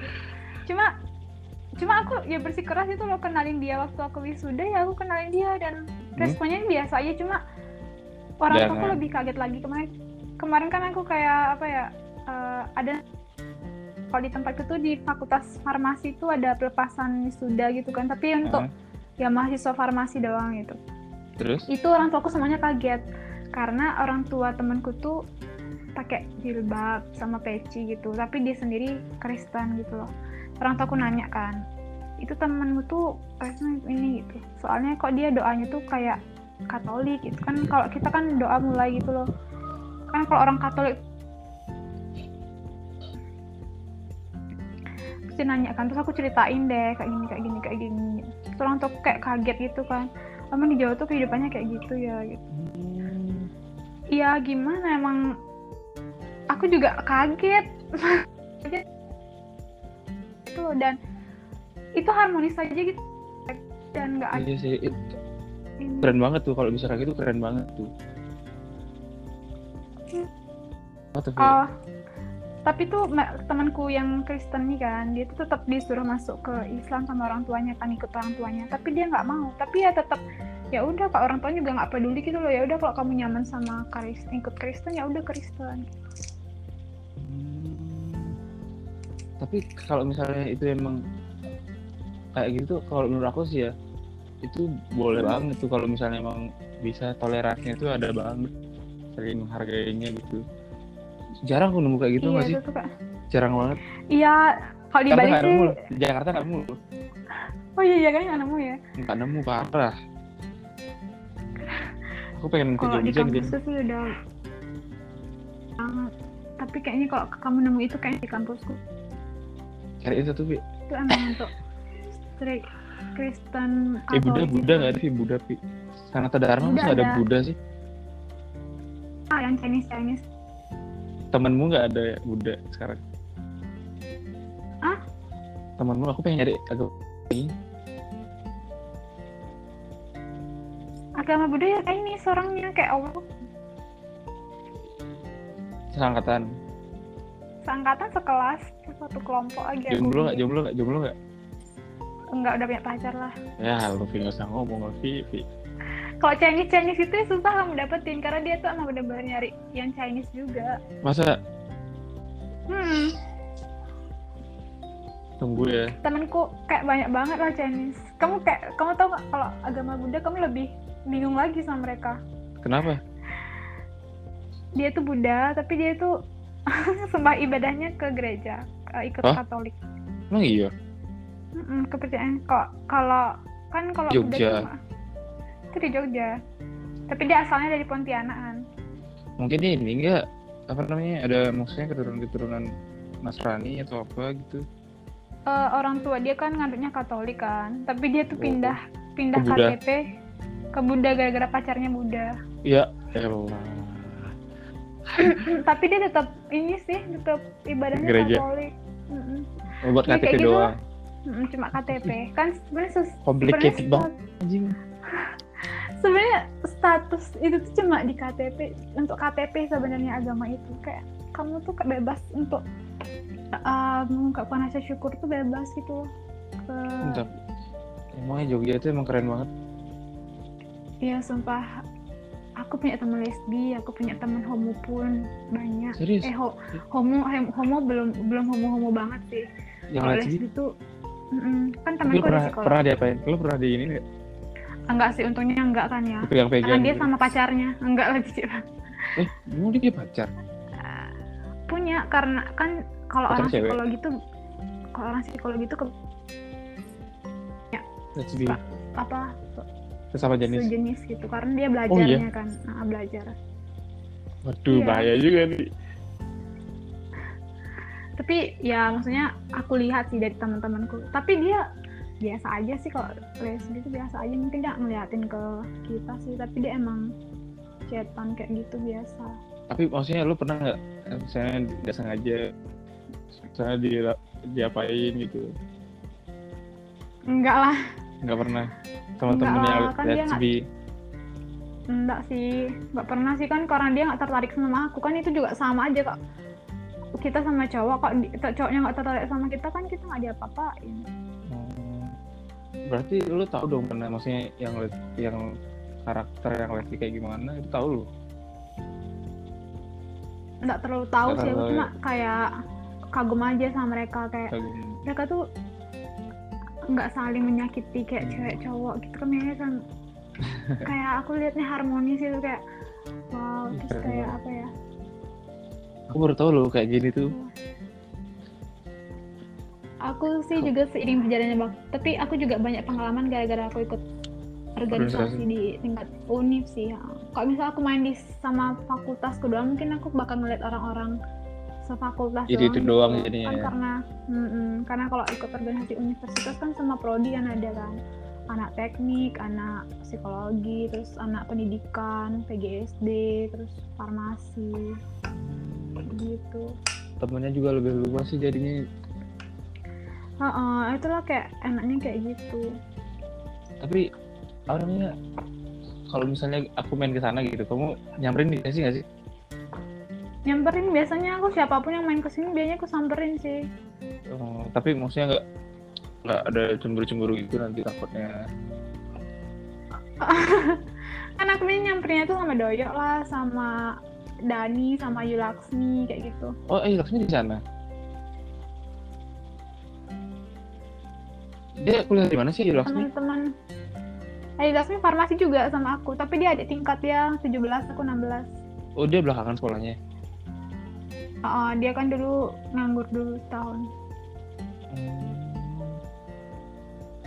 [SPEAKER 2] cuma cuma aku ya bersikeras itu loh kenalin dia waktu aku wisuda ya aku kenalin dia dan responnya biasa aja cuma orang tua aku
[SPEAKER 1] Jangan.
[SPEAKER 2] lebih kaget lagi kemarin kemarin kan aku kayak apa ya eh, ada kalau di tempatku tuh di fakultas farmasi itu ada pelepasan wisuda gitu kan tapi
[SPEAKER 1] Hmm?
[SPEAKER 2] untuk ya mahasiswa farmasi doang gitu
[SPEAKER 1] terus
[SPEAKER 2] itu orang tuaku semuanya kaget karena orang tua temanku tuh pakai jilbab sama peci gitu tapi dia sendiri Kristen gitu loh orang tuaku nanya kan itu temanmu tuh Kristen ini gitu soalnya kok dia doanya tuh kayak Katolik gitu kan kalau kita kan doa mulai gitu loh kan kalau orang Katolik terus dia nanya kan terus aku ceritain deh kayak gini kayak gini kayak gini terus orang tuaku kayak kaget gitu kan Emang di Jawa tuh kehidupannya kayak gitu ya gitu. Iya gimana emang aku juga kaget Kaget. itu loh, dan itu harmonis aja gitu dan nggak ada
[SPEAKER 1] iya sih it-
[SPEAKER 2] ini.
[SPEAKER 1] keren banget tuh kalau bisa kayak gitu keren banget tuh apa tuh Fi?
[SPEAKER 2] Oh, tapi tuh ma- temanku yang Kristen nih kan dia tuh tetap disuruh masuk ke Islam sama orang tuanya kan ikut orang tuanya tapi dia nggak mau tapi ya tetap ya udah pak orang tuanya juga nggak peduli gitu loh ya udah kalau kamu nyaman sama Kristen ikut Kristen ya udah Kristen
[SPEAKER 1] tapi kalau misalnya itu emang kayak gitu kalau menurut aku sih ya itu boleh banget tuh kalau misalnya emang bisa toleransinya tuh ada banget saling menghargainya gitu jarang aku nemu kayak gitu
[SPEAKER 2] iya
[SPEAKER 1] nggak sih
[SPEAKER 2] itu tuh kayak
[SPEAKER 1] jarang banget
[SPEAKER 2] Iya, kalau di
[SPEAKER 1] karena
[SPEAKER 2] Bali
[SPEAKER 1] nggak
[SPEAKER 2] sih.
[SPEAKER 1] nemu loh. di Jakarta nggak nemu loh.
[SPEAKER 2] Oh iya, iya kan nggak nemu ya.
[SPEAKER 1] nggak nemu parah aku pengen ke
[SPEAKER 2] Kalau
[SPEAKER 1] Jogja
[SPEAKER 2] di
[SPEAKER 1] gitu
[SPEAKER 2] kampus tuh sih udah. banget. tapi kayaknya kalau kamu nemu itu kayak di kampusku
[SPEAKER 1] cari itu tuh Fi.
[SPEAKER 2] itu emang untuk straight Kristen
[SPEAKER 1] Eh Buddha,
[SPEAKER 2] Katolik
[SPEAKER 1] Buddha
[SPEAKER 2] gitu.
[SPEAKER 1] nggak ada sih Buddha pi. Sanata Dharma
[SPEAKER 2] Buddha
[SPEAKER 1] masa ada
[SPEAKER 2] ada.
[SPEAKER 1] Buddha sih.
[SPEAKER 2] Ah, yang Chinese Chinese.
[SPEAKER 1] Temenmu nggak ada ya Buddha sekarang?
[SPEAKER 2] Hah?
[SPEAKER 1] Temenmu aku pengen nyari agak ini.
[SPEAKER 2] Agama Buddha ya kayak ini seorangnya kayak Allah.
[SPEAKER 1] seangkatan.
[SPEAKER 2] Seangkatan sekelas satu kelompok aja.
[SPEAKER 1] Jomblo nggak? Jomblo nggak? Jomblo nggak?
[SPEAKER 2] Enggak udah punya pacar lah.
[SPEAKER 1] Ya lu Fi nggak usah ngomong Fi. Fi.
[SPEAKER 2] Kalau Chinese Chinese itu ya susah kamu dapetin karena dia tuh emang bener-bener nyari yang Chinese juga.
[SPEAKER 1] Masa
[SPEAKER 2] Hmm.
[SPEAKER 1] tunggu ya.
[SPEAKER 2] temanku kayak banyak banget lah Chinese. Kamu kayak kamu tahu nggak kalau agama Buddha kamu lebih bingung lagi sama mereka.
[SPEAKER 1] Kenapa?
[SPEAKER 2] Dia tuh Buddha tapi dia tuh sembah ibadahnya ke gereja, ke- ikut
[SPEAKER 1] Hah?
[SPEAKER 2] Katolik.
[SPEAKER 1] Emang iya.
[SPEAKER 2] Mm-mm, kepercayaan kok kalau kan kalau Buddha
[SPEAKER 1] Jogja.
[SPEAKER 2] cuma itu di Jogja. Tapi dia asalnya dari Pontianak.
[SPEAKER 1] Mungkin dia ini enggak apa namanya ada maksudnya keturunan-keturunan Nasrani atau apa gitu.
[SPEAKER 2] Eh, orang tua dia kan ngaduknya Katolik kan, tapi dia tuh
[SPEAKER 1] Oh.
[SPEAKER 2] pindah pindah
[SPEAKER 1] Ke Buddha.
[SPEAKER 2] KTP ke Buddha gara-gara pacarnya Buddha.
[SPEAKER 1] Ya elah.
[SPEAKER 2] tapi dia tetap ini sih tetap ibadahnya
[SPEAKER 1] Gereja.
[SPEAKER 2] Katolik. Mm-mm.
[SPEAKER 1] Buat
[SPEAKER 2] Ya, kayak
[SPEAKER 1] KTP
[SPEAKER 2] gitu
[SPEAKER 1] doang.
[SPEAKER 2] Mm, cuma KTP kan sebenarnya sus-
[SPEAKER 1] Complicated
[SPEAKER 2] sebenarnya-
[SPEAKER 1] banget. Anjing.
[SPEAKER 2] sebenarnya status itu tuh cuma di KTP untuk KTP sebenarnya agama itu kayak kamu tuh kayak bebas untuk uh, mengungkapkan rasa syukur tuh bebas gitu loh Ke-
[SPEAKER 1] Bentar. Emangnya Jogja itu emang keren banget.
[SPEAKER 2] Iya sumpah aku punya teman lesbi, aku punya teman homo pun banyak.
[SPEAKER 1] Serius?
[SPEAKER 2] Eh ho- homo hem- homo belum belum homo homo banget sih.
[SPEAKER 1] yang
[SPEAKER 2] Kalau
[SPEAKER 1] lagi
[SPEAKER 2] lesbi tuh mm-mm. kan
[SPEAKER 1] lu
[SPEAKER 2] temanku ada
[SPEAKER 1] pernah
[SPEAKER 2] psikolog.
[SPEAKER 1] pernah diapain lu pernah di ini nggak
[SPEAKER 2] Enggak sih untungnya enggak kan ya.
[SPEAKER 1] pegang
[SPEAKER 2] Karena
[SPEAKER 1] pegang
[SPEAKER 2] dia sama pacarnya, enggak lagi
[SPEAKER 1] eh mau dia punya pacar
[SPEAKER 2] punya karena kan kalau
[SPEAKER 1] Pacar
[SPEAKER 2] orang
[SPEAKER 1] cewek?
[SPEAKER 2] psikologi tuh kalau orang psikologi tuh ke,
[SPEAKER 1] lesbi
[SPEAKER 2] Pak. apa
[SPEAKER 1] sesama jenis Oh, iya.
[SPEAKER 2] sejenis gitu karena dia belajarnya kan Nah, belajar
[SPEAKER 1] waduh
[SPEAKER 2] Iya.
[SPEAKER 1] bahaya juga nih
[SPEAKER 2] tapi ya maksudnya aku lihat sih dari teman-temanku tapi dia biasa aja sih kalau lesbi itu biasa aja mungkin dia ngeliatin ke kita sih tapi dia emang cetan kayak gitu biasa
[SPEAKER 1] tapi maksudnya lu pernah nggak eh, misalnya nggak sengaja misalnya di diapain gitu
[SPEAKER 2] enggak lah
[SPEAKER 1] nggak pernah teman-teman
[SPEAKER 2] Nggak
[SPEAKER 1] yang
[SPEAKER 2] lah, kan dia
[SPEAKER 1] lesbi
[SPEAKER 2] enggak sih enggak pernah sih kan karena dia nggak tertarik sama aku kan itu juga sama aja kok kita sama cowok kok di- cowoknya nggak tertarik sama kita kan kita nggak diapa-apain
[SPEAKER 1] Hmm. berarti lu tahu dong pernah maksudnya yang les- yang karakter yang lesbi kayak gimana itu tahu lu
[SPEAKER 2] Iya. nggak terlalu tahu
[SPEAKER 1] Nggak
[SPEAKER 2] sih aku
[SPEAKER 1] terlalu-
[SPEAKER 2] cuma kayak kagum aja sama mereka kayak
[SPEAKER 1] kagum
[SPEAKER 2] mereka tuh nggak saling menyakiti kayak cewek cowok gitu kan ya kan kayak aku liatnya harmonis itu kayak wow
[SPEAKER 1] Ih,
[SPEAKER 2] terus
[SPEAKER 1] keren
[SPEAKER 2] kayak
[SPEAKER 1] banget.
[SPEAKER 2] apa ya
[SPEAKER 1] aku baru tahu lo kayak gini tuh
[SPEAKER 2] aku sih juga seiring berjalannya waktu tapi aku juga banyak pengalaman gara-gara aku ikut organisasi
[SPEAKER 1] Organisasi.
[SPEAKER 2] di tingkat univ sih ya. kalau misalnya aku main di sama fakultasku doang mungkin aku bakal ngeliat orang-orang sefakultas
[SPEAKER 1] Jadi Iya, itu doang
[SPEAKER 2] gitu.
[SPEAKER 1] jadinya
[SPEAKER 2] kan
[SPEAKER 1] ya.
[SPEAKER 2] karena mm-mm, karena kalau ikut organisasi universitas kan sama prodi kan ada kan anak teknik anak psikologi terus anak pendidikan PGSD terus farmasi gitu
[SPEAKER 1] temennya juga lebih luas sih jadinya
[SPEAKER 2] Heeh, itulah kayak enaknya kayak gitu.
[SPEAKER 1] tapi orangnya kalau misalnya aku main ke sana gitu kamu nyamperin dikasih nggak sih
[SPEAKER 2] Nyamperin biasanya aku siapapun yang main kesini biasanya aku samperin sih.
[SPEAKER 1] Hmm, tapi maksudnya nggak nggak ada cemburu-cemburu gitu nanti takutnya
[SPEAKER 2] Kan aku ini nyamperinnya tuh sama Doyok lah, sama Dani, sama Yulaksmi kayak gitu.
[SPEAKER 1] oh eh Laksmi di sana dia kuliah di mana sih Ayu Laksmi
[SPEAKER 2] Teman-teman. Eh, Yulaksmi farmasi juga sama aku, tapi dia adik tingkat dia 17 aku 16.
[SPEAKER 1] oh dia belakangan sekolahnya
[SPEAKER 2] Heeh, dia kan dulu nganggur dulu setahun.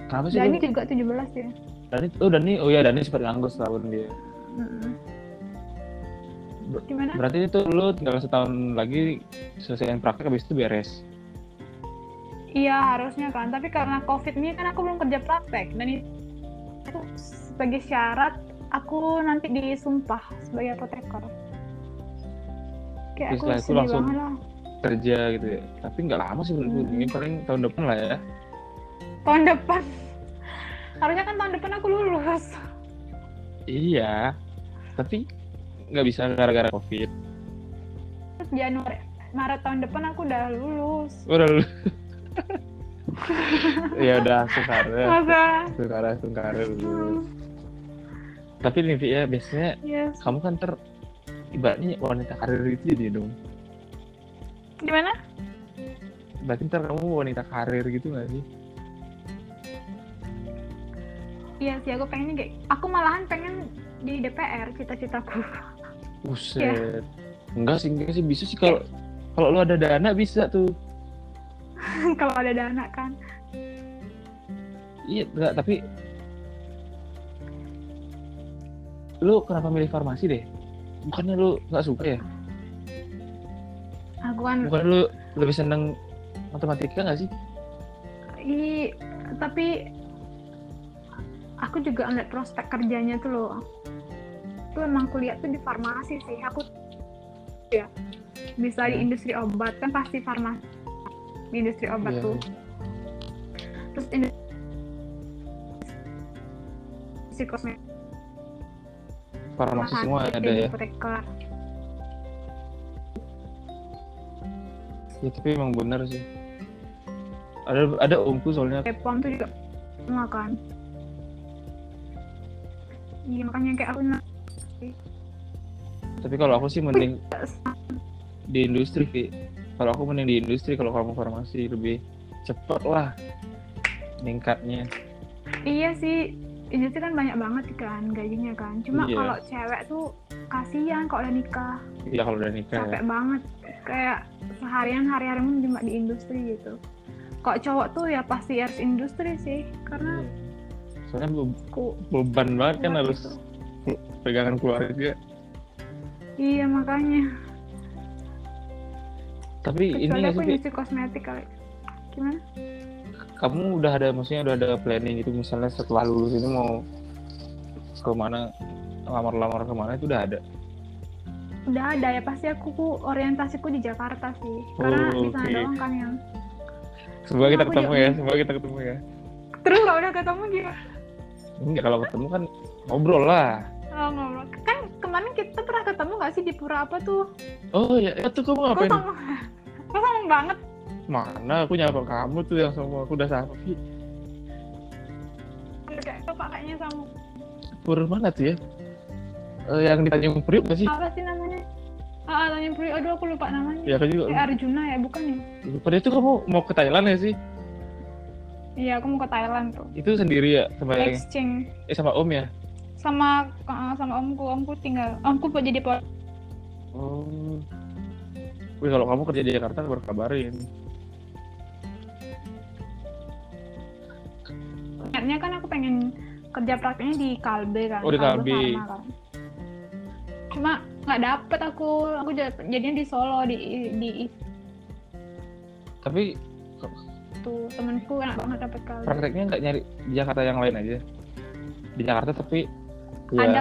[SPEAKER 1] kenapa sih
[SPEAKER 2] Dani
[SPEAKER 1] Dani
[SPEAKER 2] juga 17 ya.
[SPEAKER 1] Dani oh Dani oh ya Dani sempat nganggur setahun dia
[SPEAKER 2] Mm-mm.
[SPEAKER 1] Ber-
[SPEAKER 2] Gimana?
[SPEAKER 1] berarti itu lu tinggal setahun lagi selesaiin praktek habis itu beres
[SPEAKER 2] Iya harusnya kan, tapi karena COVID ini kan aku belum kerja praktek dan itu sebagai syarat aku nanti disumpah sebagai apoteker. Kayak
[SPEAKER 1] Jadi
[SPEAKER 2] aku
[SPEAKER 1] setelah itu
[SPEAKER 2] sedih
[SPEAKER 1] langsung-
[SPEAKER 2] banget lah.
[SPEAKER 1] kerja gitu ya tapi nggak lama sih menurut gue.
[SPEAKER 2] Hmm.
[SPEAKER 1] ini paling tahun depan lah ya
[SPEAKER 2] Tahun depan, harusnya kan tahun depan aku lulus.
[SPEAKER 1] iya tapi nggak bisa gara-gara covid
[SPEAKER 2] Terus Januari, Maret tahun depan aku udah lulus.
[SPEAKER 1] udah lu ya udah sungkara
[SPEAKER 2] Masa?
[SPEAKER 1] sungkara sungkara
[SPEAKER 2] Hmm,
[SPEAKER 1] tapi nih Fi, ya biasanya
[SPEAKER 2] Yes.
[SPEAKER 1] kamu kan ter ibaratnya wanita karir gitu ya, itu jadi dong
[SPEAKER 2] Gimana?
[SPEAKER 1] berarti ntar kamu wanita karir gitu nggak sih
[SPEAKER 2] Iya sih, aku pengennya kayak, aku malahan pengen di DPR cita-citaku.
[SPEAKER 1] Buset. enggak sih enggak sih bisa sih kalau kalau lu ada dana bisa tuh
[SPEAKER 2] Kalau ada dana kan.
[SPEAKER 1] iya enggak tapi lu kenapa milih farmasi deh bukannya lu nggak suka ya
[SPEAKER 2] Aku kan
[SPEAKER 1] bukan lu lebih seneng matematika nggak sih
[SPEAKER 2] I, tapi aku juga ngeliat prospek kerjanya tuh loh. Tuh emang kuliah tuh di farmasi sih. Aku ya bisa di
[SPEAKER 1] Hmm.
[SPEAKER 2] industri obat kan pasti farmasi di industri obat
[SPEAKER 1] Iya.
[SPEAKER 2] tuh. Terus industri kosmetik
[SPEAKER 1] farmasi semua ada
[SPEAKER 2] jadi
[SPEAKER 1] ya
[SPEAKER 2] apoteker.
[SPEAKER 1] ya tapi emang bener sih ada ada omku soalnya
[SPEAKER 2] Bepom tuh juga semua kan. Iya, makanya kayak aku na-
[SPEAKER 1] Tapi kalau aku sih mending di industri, Vi. Kalau aku mending di industri, kalau kamu farmasi lebih cepet lah meningkatnya.
[SPEAKER 2] Iya sih, industri kan banyak banget kan gajinya kan. Cuma
[SPEAKER 1] Iya.
[SPEAKER 2] kalau cewek tuh kasihan kalau udah nikah,
[SPEAKER 1] Ya kalau udah nikah ya.
[SPEAKER 2] capek banget. Kayak seharian hari-hari pun cuma di industri gitu. Kok cowok tuh ya pasti harus industri sih, karena
[SPEAKER 1] Iya.
[SPEAKER 2] ya gitu.
[SPEAKER 1] Soalnya be-
[SPEAKER 2] aku
[SPEAKER 1] beban banget kan
[SPEAKER 2] Berat
[SPEAKER 1] harus pegangan keluarga.
[SPEAKER 2] iya makanya.
[SPEAKER 1] Tapi ini
[SPEAKER 2] Kecuali
[SPEAKER 1] nggak
[SPEAKER 2] aku
[SPEAKER 1] sih, Vi?
[SPEAKER 2] industri kosmetik kali. Gimana?
[SPEAKER 1] kamu udah ada maksudnya udah ada planning gitu misalnya setelah lulus ini mau kemana lamar-lamar kemana itu udah ada
[SPEAKER 2] Udah ada ya pasti aku ku orientasiku di Jakarta sih. Karena
[SPEAKER 1] Oh,
[SPEAKER 2] di sana
[SPEAKER 1] oke.
[SPEAKER 2] doang kan yang.
[SPEAKER 1] semoga kita
[SPEAKER 2] Iya, Aku
[SPEAKER 1] ketemu
[SPEAKER 2] juga.
[SPEAKER 1] ya semoga kita ketemu ya
[SPEAKER 2] Terus kalau udah ketemu gimana?
[SPEAKER 1] enggak kalau ketemu kan ngobrol lah
[SPEAKER 2] Oh, ngobrol. Kan kemarin kita pernah ketemu nggak sih di pura apa tuh?
[SPEAKER 1] oh ya itu kamu
[SPEAKER 2] Kok
[SPEAKER 1] ngapain
[SPEAKER 2] sama, kok sama banget?
[SPEAKER 1] mana aku nyapa kamu tuh yang sama aku udah sapa Ih,
[SPEAKER 2] Kayak kok kakaknya sama
[SPEAKER 1] pur mana tuh ya Eh, yang di Tanjung Priuk nggak sih
[SPEAKER 2] apa sih namanya? Ah, Tanjung Priok. Aduh, aku lupa namanya.
[SPEAKER 1] ya aku
[SPEAKER 2] Eh,
[SPEAKER 1] juga
[SPEAKER 2] Arjuna ya, bukan ya?
[SPEAKER 1] pada itu kamu mau ke Thailand ya sih
[SPEAKER 2] Iya, aku mau ke Thailand tuh.
[SPEAKER 1] itu sendiri ya sama yang-
[SPEAKER 2] Exchange
[SPEAKER 1] eh, sama om ya
[SPEAKER 2] sama eh, sama omku, omku tinggal. Omku mau jadi pol-
[SPEAKER 1] oh Wih, kalau kamu kerja di Jakarta baru kabarin
[SPEAKER 2] Niatnya kan aku pengen kerja prakteknya di Kalbe kan.
[SPEAKER 1] Oh, di Kalbe.
[SPEAKER 2] Pharma kan. Cuma nggak dapet aku, aku jad- jadinya di Solo di di
[SPEAKER 1] tapi
[SPEAKER 2] itu temanku enak banget dapet Kalbe.
[SPEAKER 1] prakteknya nggak nyari di Jakarta yang lain aja di Jakarta tapi
[SPEAKER 2] Ada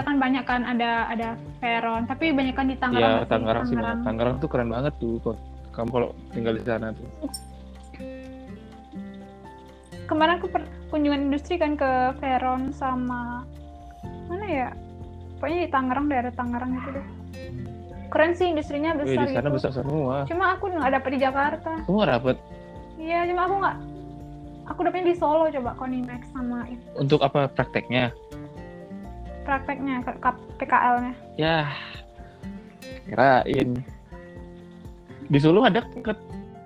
[SPEAKER 1] ya,
[SPEAKER 2] kan banyak kan ada ada Veron, tapi banyak kan di
[SPEAKER 1] ya
[SPEAKER 2] Tangerang.
[SPEAKER 1] Tangerang sih banget. Tangerang tuh keren banget tuh kok kamu kalau tinggal di sana tuh
[SPEAKER 2] Kemarin aku per- kunjungan industri kan ke Veron sama mana ya? Pokoknya di Tangerang daerah Tangerang gitu deh. Keren sih industrinya
[SPEAKER 1] Wih,
[SPEAKER 2] besar
[SPEAKER 1] Eh, di sana
[SPEAKER 2] gitu.
[SPEAKER 1] besar semua
[SPEAKER 2] Cuma aku nggak dapet di Jakarta.
[SPEAKER 1] kamu nggak dapet
[SPEAKER 2] Iya, cuma aku nggak. Aku dapetnya di Solo coba Konimax sama itu
[SPEAKER 1] untuk apa prakteknya
[SPEAKER 2] prakteknya ke- kap- PKL-nya.
[SPEAKER 1] ya kirain di Solo ada ke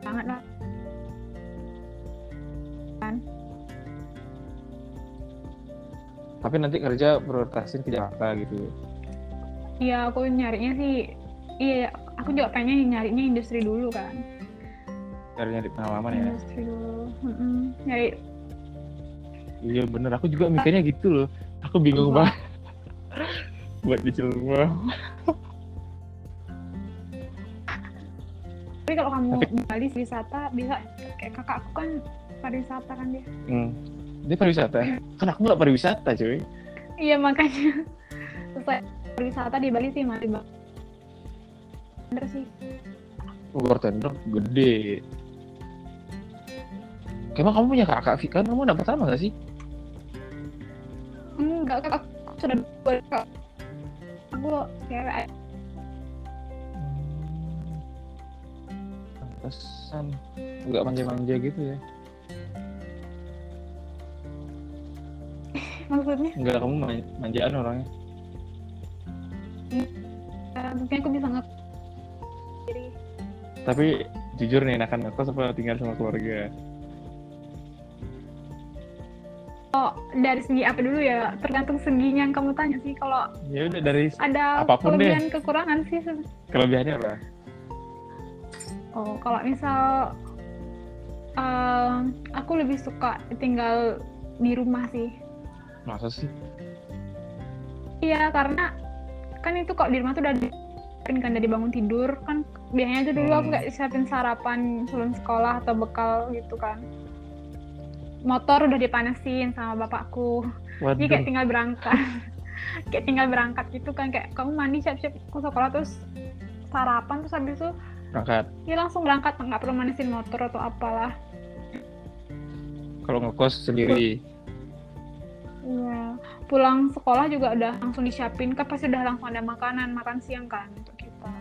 [SPEAKER 2] Banget lah.
[SPEAKER 1] tapi nanti kerja prioritasin ke Jakarta gitu
[SPEAKER 2] Iya, aku nyarinya sih. Iya, aku juga pengen nyarinya industri dulu kan.
[SPEAKER 1] cari nyari pengalaman ya
[SPEAKER 2] Industri dulu. Mm-mm. Nyari
[SPEAKER 1] iya bener aku juga mikirnya gitu loh aku bingung
[SPEAKER 2] Wah.
[SPEAKER 1] banget buat di Cilengsi
[SPEAKER 2] Tapi kalau kamu di Bali wisata bisa kayak kakakku kan pariwisata kan dia.
[SPEAKER 1] hmm. dia pariwisata kan aku nggak pariwisata cuy
[SPEAKER 2] Iya makanya selesai pariwisata di Bali sih masih banget. Bener sih.
[SPEAKER 1] bartender gede. Emang kamu punya kakak, Vi? Kan kamu dapat sama gak sih?
[SPEAKER 2] Enggak kakak aku sudah dua kak. Aku cewek.
[SPEAKER 1] Pantesan. Gak manja-manja gitu ya.
[SPEAKER 2] Maksudnya
[SPEAKER 1] Enggak, kamu man- manjaan orangnya.
[SPEAKER 2] eh, mungkin aku bisa nge diri.
[SPEAKER 1] Tapi jujur nih, enakan ngekos apa tinggal sama keluarga?
[SPEAKER 2] Oh, dari segi apa dulu ya? Tergantung seginya yang kamu tanya sih. Kalau
[SPEAKER 1] Ya udah dari
[SPEAKER 2] ada
[SPEAKER 1] Apapun deh.
[SPEAKER 2] kelebihan kekurangan sih. se-
[SPEAKER 1] kelebihannya apa?
[SPEAKER 2] Oh, kalau misal em, aku lebih suka tinggal di rumah sih.
[SPEAKER 1] Masa sih?
[SPEAKER 2] Iya, karena kan itu kalau di rumah tuh udah disiapin kan dari bangun tidur kan biasanya aja dulu aku
[SPEAKER 1] Hmm.
[SPEAKER 2] kayak siapin sarapan sebelum sekolah atau bekal gitu kan motor udah dipanesin sama bapakku jadi kayak
[SPEAKER 1] Waduh,
[SPEAKER 2] tinggal berangkat kayak tinggal berangkat gitu kan kayak kamu mandi siap-siap ke sekolah terus sarapan terus habis itu
[SPEAKER 1] berangkat.
[SPEAKER 2] ya langsung berangkat nggak perlu manesin motor atau apalah
[SPEAKER 1] Kalau ngekos sendiri.
[SPEAKER 2] Iya. pulang sekolah juga udah langsung disiapin kan pasti udah langsung ada makanan makan siang kan untuk kita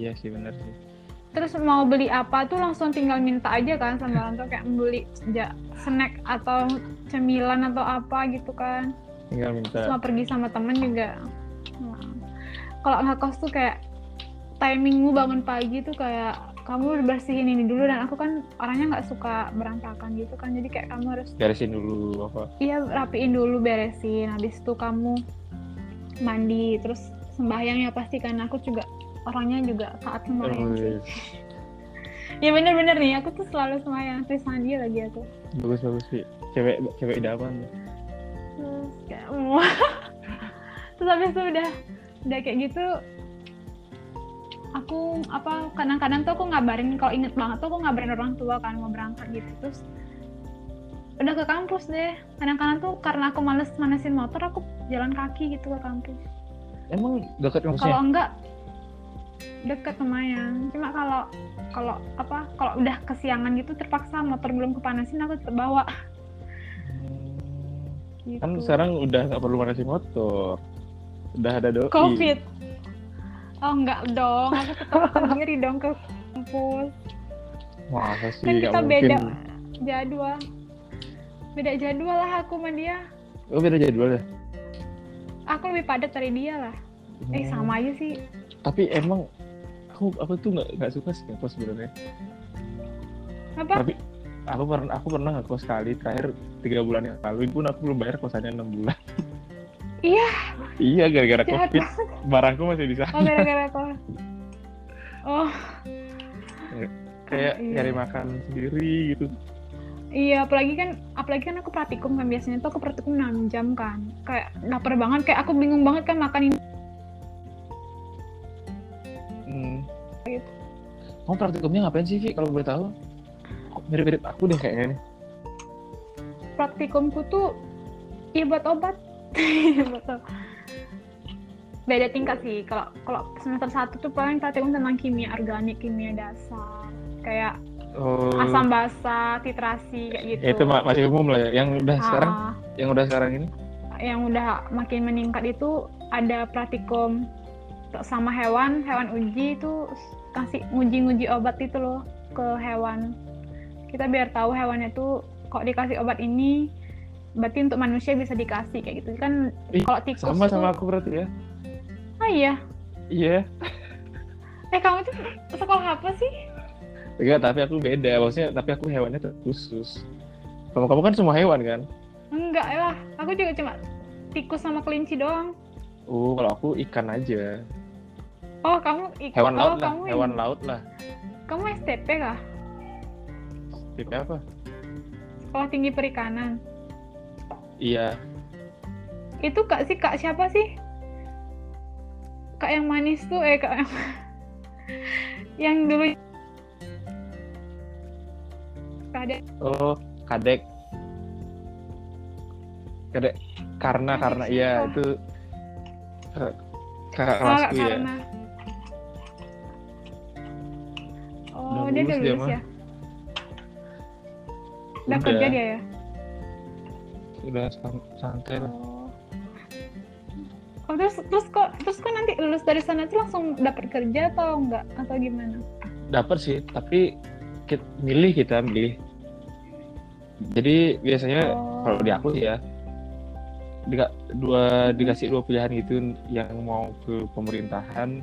[SPEAKER 1] Iya sih, bener sih.
[SPEAKER 2] terus mau beli apa tuh langsung tinggal minta aja kan sama orang tua kayak beli ja- snack atau cemilan atau apa gitu kan
[SPEAKER 1] tinggal minta
[SPEAKER 2] Terus mau pergi sama temen juga Nah, kalau nggak kos tuh kayak timingmu bangun pagi tuh kayak kamu bersihin ini dulu dan aku kan orangnya nggak suka berantakan gitu kan jadi kayak kamu harus
[SPEAKER 1] beresin dulu apa
[SPEAKER 2] iya rapiin dulu beresin habis itu kamu mandi terus sembahyang ya pasti karena aku juga orangnya juga taat
[SPEAKER 1] Oh,
[SPEAKER 2] sembahyang sih
[SPEAKER 1] bagus
[SPEAKER 2] ya bener-bener nih aku tuh selalu sembahyang terus mandi lagi aku
[SPEAKER 1] bagus bagus sih cewek cewek idaman
[SPEAKER 2] terus kayak wah. terus habis itu udah udah kayak gitu aku apa kadang-kadang tuh aku ngabarin kalau inget banget tuh aku ngabarin orang tua kan mau berangkat gitu terus udah ke kampus deh kadang-kadang tuh karena aku males manasin motor aku jalan kaki gitu ke kampus
[SPEAKER 1] emang dekat kampusnya
[SPEAKER 2] kalau enggak deket lumayan cuma kalau kalau apa kalau udah kesiangan gitu terpaksa motor belum kepanasin aku tetap bawa gitu.
[SPEAKER 1] kan sekarang udah nggak perlu manasi motor udah ada doi
[SPEAKER 2] COVID.
[SPEAKER 1] Iya.
[SPEAKER 2] Oh enggak dong, aku tetap sendiri dong ke kampus.
[SPEAKER 1] masa sih
[SPEAKER 2] Kan
[SPEAKER 1] nggak
[SPEAKER 2] kita
[SPEAKER 1] mungkin
[SPEAKER 2] beda jadwal. Beda jadwal lah aku sama dia.
[SPEAKER 1] oh beda jadwal ya
[SPEAKER 2] Aku lebih padat dari dia lah. Eh
[SPEAKER 1] Hmm.
[SPEAKER 2] sama aja sih.
[SPEAKER 1] tapi emang aku aku tuh nggak nggak suka sih ngekos sebenarnya
[SPEAKER 2] Apa?
[SPEAKER 1] tapi aku pernah aku pernah ngekos sekali terakhir tiga bulan yang lalu pun aku belum bayar kosannya enam bulan
[SPEAKER 2] Iya.
[SPEAKER 1] iya gara-gara
[SPEAKER 2] Jahat
[SPEAKER 1] covid
[SPEAKER 2] banget.
[SPEAKER 1] barangku masih di sana
[SPEAKER 2] Oh gara-gara apa? Oh
[SPEAKER 1] Ya, kayak
[SPEAKER 2] iya.
[SPEAKER 1] nyari makan sendiri gitu
[SPEAKER 2] iya, apalagi kan apalagi kan aku praktikum kan biasanya tuh aku praktikum 6 jam kan. Kayak lapar banget, kayak aku bingung banget kan makan ini.
[SPEAKER 1] hmm.
[SPEAKER 2] Gitu.
[SPEAKER 1] kamu praktikumnya ngapain sih Vi kalau boleh tahu Kok mirip-mirip aku deh kayaknya nih.
[SPEAKER 2] Praktikumku tuh ya buat obat. Iya, buat obat. beda tingkat sih kalau kalau semester satu tuh paling praktikum tentang kimia organik kimia dasar kayak
[SPEAKER 1] oh,
[SPEAKER 2] asam gitu. basa titrasi kayak gitu
[SPEAKER 1] ya itu ma- masih umum lah ya yang udah
[SPEAKER 2] Ah,
[SPEAKER 1] sekarang yang udah sekarang ini
[SPEAKER 2] yang udah makin meningkat itu ada praktikum t- sama hewan hewan uji itu s- kasih nguji-nguji obat itu loh ke hewan kita biar tahu hewannya tuh kok dikasih obat ini berarti untuk manusia bisa dikasih kayak gitu kan
[SPEAKER 1] Ih,
[SPEAKER 2] kalau tikus
[SPEAKER 1] sama sama
[SPEAKER 2] tuh,
[SPEAKER 1] aku berarti ya
[SPEAKER 2] ah iya
[SPEAKER 1] iya
[SPEAKER 2] eh kamu tuh sekolah apa sih
[SPEAKER 1] Enggak, tapi aku beda. Maksudnya, tapi aku hewannya tuh khusus. Kamu kamu kan semua hewan kan?
[SPEAKER 2] Enggak lah, aku juga cuma tikus sama kelinci doang.
[SPEAKER 1] Oh, kalau aku ikan aja.
[SPEAKER 2] Oh, kamu ikut.
[SPEAKER 1] Hewan
[SPEAKER 2] oh,
[SPEAKER 1] laut lah,
[SPEAKER 2] kamu,
[SPEAKER 1] hewan laut lah.
[SPEAKER 2] kamu STP kah?
[SPEAKER 1] Tipe apa?
[SPEAKER 2] Sekolah Tinggi Perikanan.
[SPEAKER 1] Iya.
[SPEAKER 2] Itu Kak si Kak siapa sih? Kak yang manis tuh eh Kak yang yang dulu ada
[SPEAKER 1] Oh, kadek. Kadek karena
[SPEAKER 2] Kadek
[SPEAKER 1] karena iya
[SPEAKER 2] siapa?
[SPEAKER 1] itu eh, kakak
[SPEAKER 2] oh, Kak
[SPEAKER 1] kelasku ya.
[SPEAKER 2] Karna. Oh,
[SPEAKER 1] Udah
[SPEAKER 2] dia udah
[SPEAKER 1] lulus dia
[SPEAKER 2] lulus
[SPEAKER 1] mah.
[SPEAKER 2] ya. Udah
[SPEAKER 1] Udah.
[SPEAKER 2] kerja dia ya.
[SPEAKER 1] Udah san- santai lah.
[SPEAKER 2] Oh. Oh, terus terus kok terus kok nanti lulus dari sana tuh langsung dapat kerja atau enggak atau gimana?
[SPEAKER 1] Dapat sih, tapi kita, milih kita milih. Jadi biasanya
[SPEAKER 2] Oh.
[SPEAKER 1] Eh, kalau di aku sih ya dika- dua dikasih dua pilihan gitu yang mau ke pemerintahan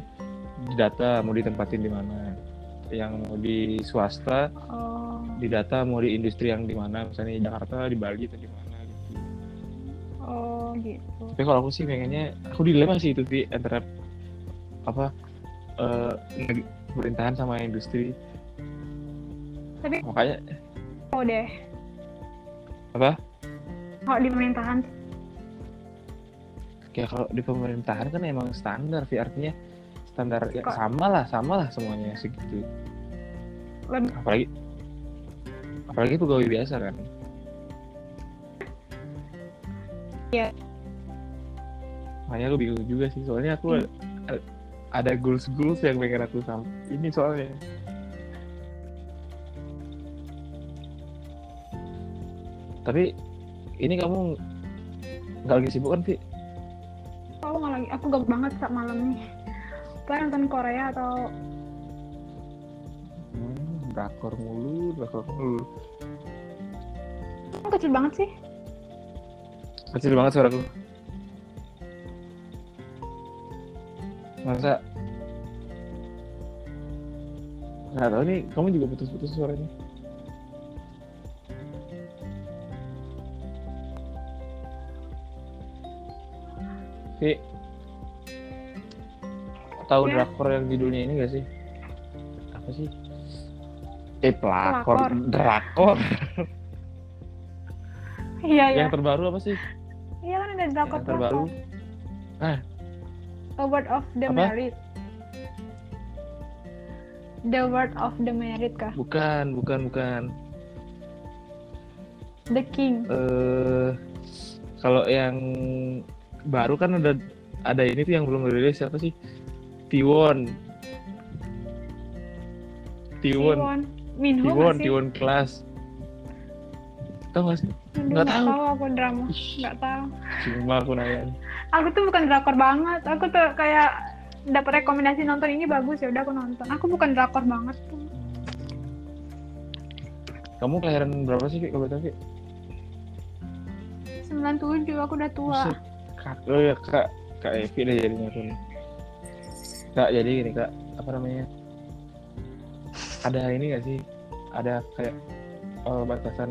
[SPEAKER 1] di data mau ditempatin di mana yang mau di swasta
[SPEAKER 2] Oh,
[SPEAKER 1] di data mau di industri yang di mana misalnya di Jakarta di Bali atau di mana gitu
[SPEAKER 2] oh gitu.
[SPEAKER 1] tapi kalau aku sih pengennya aku dilema sih itu sih antara apa eh, neg- pemerintahan sama industri
[SPEAKER 2] Tapi-
[SPEAKER 1] makanya
[SPEAKER 2] Oh deh.
[SPEAKER 1] Apa?
[SPEAKER 2] Kalau di pemerintahan
[SPEAKER 1] kayak Ya, kalau di pemerintahan kan emang standar sih artinya standar ya,
[SPEAKER 2] Kok-
[SPEAKER 1] sama lah sama lah semuanya segitu
[SPEAKER 2] lebih
[SPEAKER 1] apalagi apalagi pegawai biasa kan
[SPEAKER 2] Iya.
[SPEAKER 1] makanya aku bingung juga sih soalnya aku
[SPEAKER 2] Hmm.
[SPEAKER 1] a- ada goals goals yang pengen aku sama ini soalnya tapi ini kamu nggak lagi sibuk kan Vi?
[SPEAKER 2] tahu nggak lagi? Aku gabut banget saat malam nih. Apa nonton Korea atau
[SPEAKER 1] Hmm, drakor mulu, drakor mulu.
[SPEAKER 2] Kamu kecil banget sih?
[SPEAKER 1] Kecil banget suaraku. masa nggak tahu nih kamu juga putus-putus suaranya Ki tahu
[SPEAKER 2] Ya.
[SPEAKER 1] drakor yang judulnya ini gak sih apa sih eh pelakor
[SPEAKER 2] Pelakor.
[SPEAKER 1] drakor
[SPEAKER 2] Iya, iya.
[SPEAKER 1] yang terbaru apa sih
[SPEAKER 2] Iya kan ada drakor
[SPEAKER 1] yang terbaru
[SPEAKER 2] The Word of the
[SPEAKER 1] Apa?
[SPEAKER 2] Married. The Word of the Married kah?
[SPEAKER 1] bukan bukan bukan
[SPEAKER 2] The King.
[SPEAKER 1] eh kalau yang baru kan ada ada ini tuh yang belum rilis siapa sih? Tiwon. Tiwon,
[SPEAKER 2] Tiwon. Minho
[SPEAKER 1] Tiwon,
[SPEAKER 2] nggak sih?
[SPEAKER 1] Tiwon kelas. Tahu nggak sih?
[SPEAKER 2] Aduh,
[SPEAKER 1] Nggak
[SPEAKER 2] nggak
[SPEAKER 1] tahu.
[SPEAKER 2] tahu aku drama. Nggak tahu.
[SPEAKER 1] Cuma aku nanya.
[SPEAKER 2] Aku tuh bukan drakor banget. Aku tuh kayak dapat rekomendasi nonton ini bagus ya udah aku nonton. Aku bukan drakor banget tuh.
[SPEAKER 1] Kamu kelahiran berapa sih, Ki, kalau boleh tahu, Ki?
[SPEAKER 2] 97 aku udah tua.
[SPEAKER 1] Buset, Kak, oh ya, Kak, Kak Evi deh jadinya aku nih. Kak, jadi gini, Kak, apa namanya? Ada ini gak sih? Ada kayak eh, batasan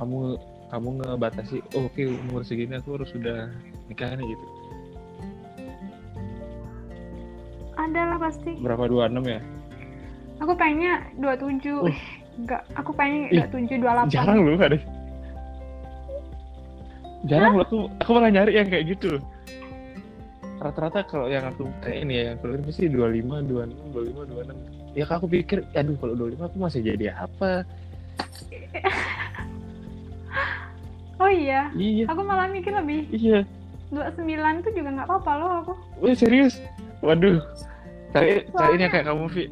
[SPEAKER 1] kamu kamu ngebatasi, oh, oke umur segini aku harus sudah nikah nih gitu.
[SPEAKER 2] Ada lah pasti.
[SPEAKER 1] Berapa 26 ya?
[SPEAKER 2] Aku pengennya 27.
[SPEAKER 1] Uh.
[SPEAKER 2] Enggak, aku pengen
[SPEAKER 1] Ih,
[SPEAKER 2] 27 28.
[SPEAKER 1] Jarang loh ada. Jarang loh aku aku malah nyari yang kayak gitu. Rata-rata kalau yang aku kayak ini ya, yang aku lihat pasti 25, 26, 25, 26. Ya aku pikir, aduh kalau 25 aku masih jadi apa?
[SPEAKER 2] Oh iya.
[SPEAKER 1] Iya,
[SPEAKER 2] Aku malah mikir lebih
[SPEAKER 1] iya.
[SPEAKER 2] 29 tuh juga nggak apa-apa loh aku.
[SPEAKER 1] Wih serius? Waduh. Cari, cari ini
[SPEAKER 2] Soalnya-
[SPEAKER 1] yang kayak kamu, Vi.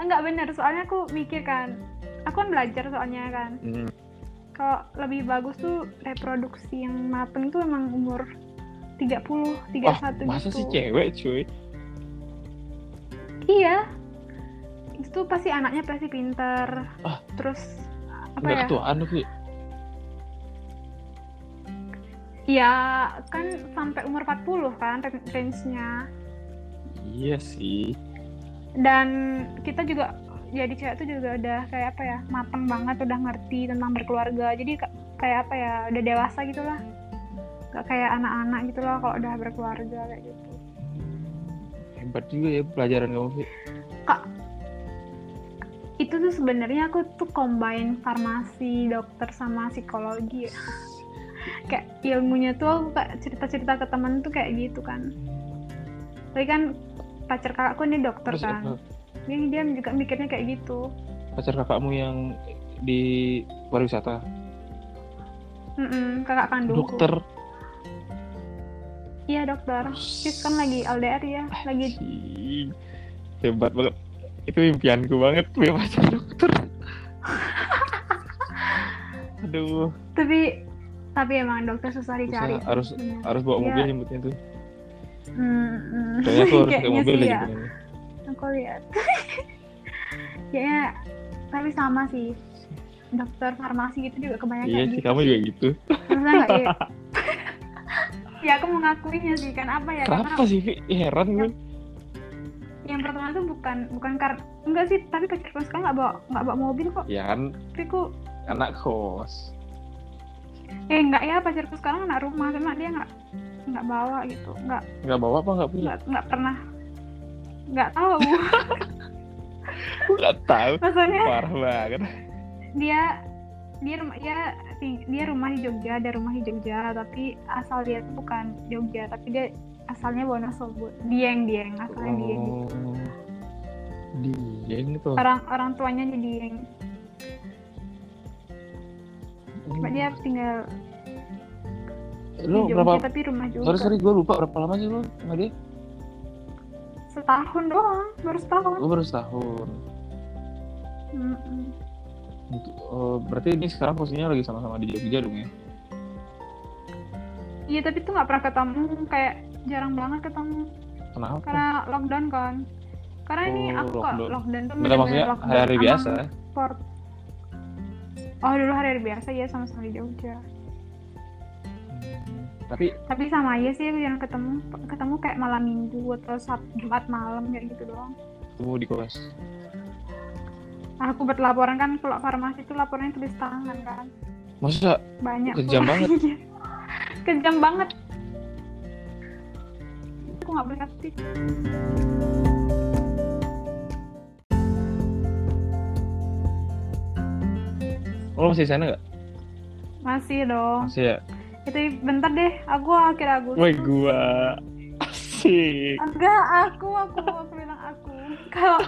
[SPEAKER 2] Enggak Ah, bener, soalnya aku mikir kan. Aku kan belajar soalnya kan.
[SPEAKER 1] Hmm.
[SPEAKER 2] Kalau lebih bagus tuh reproduksi yang mateng tuh emang umur 30, 31
[SPEAKER 1] Wah,
[SPEAKER 2] gitu.
[SPEAKER 1] Oh, masa sih cewek, cuy?
[SPEAKER 2] Iya. Itu tuh pasti anaknya pasti pinter.
[SPEAKER 1] Ah.
[SPEAKER 2] Terus apa
[SPEAKER 1] Nggak
[SPEAKER 2] ya?
[SPEAKER 1] ketuaan loh, Vi.
[SPEAKER 2] Iya, kan sampai umur 40 kan ran- range-nya.
[SPEAKER 1] Iya sih.
[SPEAKER 2] Dan kita juga jadi cewek tuh juga udah kayak apa ya? Mateng banget, udah ngerti tentang berkeluarga. Jadi ka- kayak apa ya? Udah dewasa gitu lah. Gak kayak anak-anak gitu loh kalau udah berkeluarga kayak gitu.
[SPEAKER 1] Hebat juga ya pelajaran kamu, Vi.
[SPEAKER 2] Itu tuh sebenarnya aku tuh combine farmasi, dokter sama psikologi. ya. kayak ilmunya tuh aku kayak cerita-cerita ke temen tuh kayak gitu kan. Tapi kan pacar kakakku ini dokter
[SPEAKER 1] Terus eh,
[SPEAKER 2] kan.
[SPEAKER 1] apa?
[SPEAKER 2] dia dia juga mikirnya kayak gitu
[SPEAKER 1] pacar kakakmu yang di pariwisata?
[SPEAKER 2] Mm-mm, kakak kandungku
[SPEAKER 1] dokter
[SPEAKER 2] iya dokter Sis kan lagi LDR ya
[SPEAKER 1] Eh.
[SPEAKER 2] lagi
[SPEAKER 1] Anjing. hebat banget itu impianku banget punya pacar dokter aduh
[SPEAKER 2] tapi tapi emang dokter susah dicari
[SPEAKER 1] susah. eh, harus
[SPEAKER 2] Bener.
[SPEAKER 1] harus bawa
[SPEAKER 2] Iya.
[SPEAKER 1] mobil nyebutnya tuh
[SPEAKER 2] Mm-mm.
[SPEAKER 1] eh. kayaknya aku harus pakai
[SPEAKER 2] Kayaknya
[SPEAKER 1] mobil
[SPEAKER 2] sih
[SPEAKER 1] deh
[SPEAKER 2] ya.
[SPEAKER 1] gitu.
[SPEAKER 2] aku lihat ya tapi sama sih dokter farmasi gitu juga kebanyakan
[SPEAKER 1] iya sih
[SPEAKER 2] gitu.
[SPEAKER 1] kamu juga gitu
[SPEAKER 2] Maksudnya nggak ya ya aku mengakuinya sih kan apa ya karena
[SPEAKER 1] kenapa sih Vi? heran gue
[SPEAKER 2] yang pertama tuh bukan bukan karena enggak sih tapi pacarku sekarang nggak bawa nggak bawa mobil kok
[SPEAKER 1] ya kan
[SPEAKER 2] tapi aku
[SPEAKER 1] anak kos
[SPEAKER 2] eh enggak ya pacarku sekarang anak rumah cuma dia nggak nggak bawa gitu nggak
[SPEAKER 1] nggak bawa apa nggak punya
[SPEAKER 2] nggak nggak pernah nggak tahu
[SPEAKER 1] nggak tahu
[SPEAKER 2] maksudnya
[SPEAKER 1] parah banget
[SPEAKER 2] dia dia rumah dia ting- dia rumah di Jogja ada rumah di Jogja tapi asal dia tuh bukan Jogja tapi dia asalnya Wonosobo Dieng Dieng asalnya Dieng
[SPEAKER 1] oh, dieng tuh
[SPEAKER 2] orang orang tuanya di Dieng cuma dia tinggal
[SPEAKER 1] lu
[SPEAKER 2] di Jogja
[SPEAKER 1] berapa
[SPEAKER 2] tapi rumah juga
[SPEAKER 1] sorry sorry gue lupa berapa lama sih lu sama dia
[SPEAKER 2] setahun doang baru setahun
[SPEAKER 1] Gue baru setahun.
[SPEAKER 2] Mm-mm.
[SPEAKER 1] Untuk- eh, berarti ini sekarang posisinya lagi sama-sama di Jogja dong ya?
[SPEAKER 2] iya tapi tuh nggak pernah ketemu kayak jarang banget ketemu
[SPEAKER 1] Kenapa?
[SPEAKER 2] karena lockdown kan karena ini
[SPEAKER 1] Oh,
[SPEAKER 2] aku kok
[SPEAKER 1] lockdown.
[SPEAKER 2] lockdown tuh
[SPEAKER 1] Enggak maksudnya
[SPEAKER 2] bener-bener
[SPEAKER 1] hari, hari
[SPEAKER 2] sama
[SPEAKER 1] biasa. eh?
[SPEAKER 2] sport. iya, oh dulu hari, hari biasa ya sama-sama di Jogja
[SPEAKER 1] Hmm. tapi
[SPEAKER 2] tapi sama aja sih yang ketemu ketemu kayak malam minggu atau Sab- jumat malam kayak gitu doang
[SPEAKER 1] ketemu di kelas
[SPEAKER 2] aku buat laporan kan kalau farmasi itu laporannya tulis tangan kan
[SPEAKER 1] masa
[SPEAKER 2] banyak
[SPEAKER 1] Kejam
[SPEAKER 2] pula.
[SPEAKER 1] banget.
[SPEAKER 2] Iya. kejam banget aku nggak boleh kasih
[SPEAKER 1] lo masih di sana nggak
[SPEAKER 2] masih dong
[SPEAKER 1] masih ya
[SPEAKER 2] itu bentar deh aku akhir Agustus
[SPEAKER 1] woi gua asik
[SPEAKER 2] enggak aku aku aku bilang aku kalau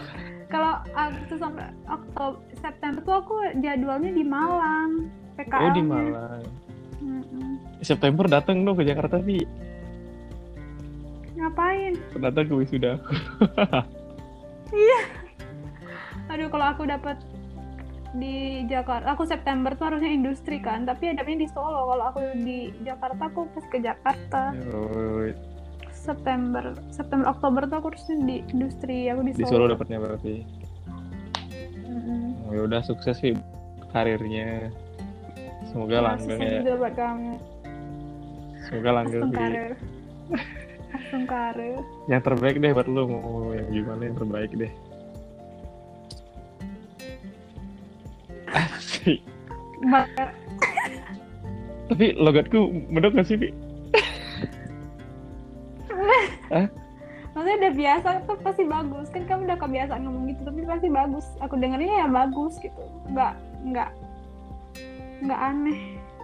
[SPEAKER 2] kalau Agustus sampai Oktober September tuh aku jadwalnya di Malang PKL
[SPEAKER 1] oh di Malang
[SPEAKER 2] Mm-mm.
[SPEAKER 1] September datang dong ke Jakarta sih
[SPEAKER 2] ngapain
[SPEAKER 1] ternyata gue sudah
[SPEAKER 2] aduh kalau aku dapat di Jakarta aku September tuh harusnya industri kan tapi adanya di Solo kalau aku di Jakarta aku pas ke Jakarta September September Oktober tuh aku harusnya di industri aku di Solo,
[SPEAKER 1] di Solo dapatnya berarti
[SPEAKER 2] Mm-mm.
[SPEAKER 1] oh, ya udah sukses sih karirnya semoga
[SPEAKER 2] Ya,
[SPEAKER 1] langgeng
[SPEAKER 2] sukses
[SPEAKER 1] ya
[SPEAKER 2] juga buat kamu
[SPEAKER 1] semoga langgeng
[SPEAKER 2] langsung
[SPEAKER 1] sih
[SPEAKER 2] karir langsung karir
[SPEAKER 1] yang terbaik deh buat lu mau yang gimana yang terbaik deh asik
[SPEAKER 2] Ba-
[SPEAKER 1] tapi logatku medok gak sih Pi?
[SPEAKER 2] maksudnya udah biasa tuh pasti bagus kan kamu udah kebiasaan ngomong gitu tapi pasti bagus aku dengernya ya bagus gitu nggak nggak nggak aneh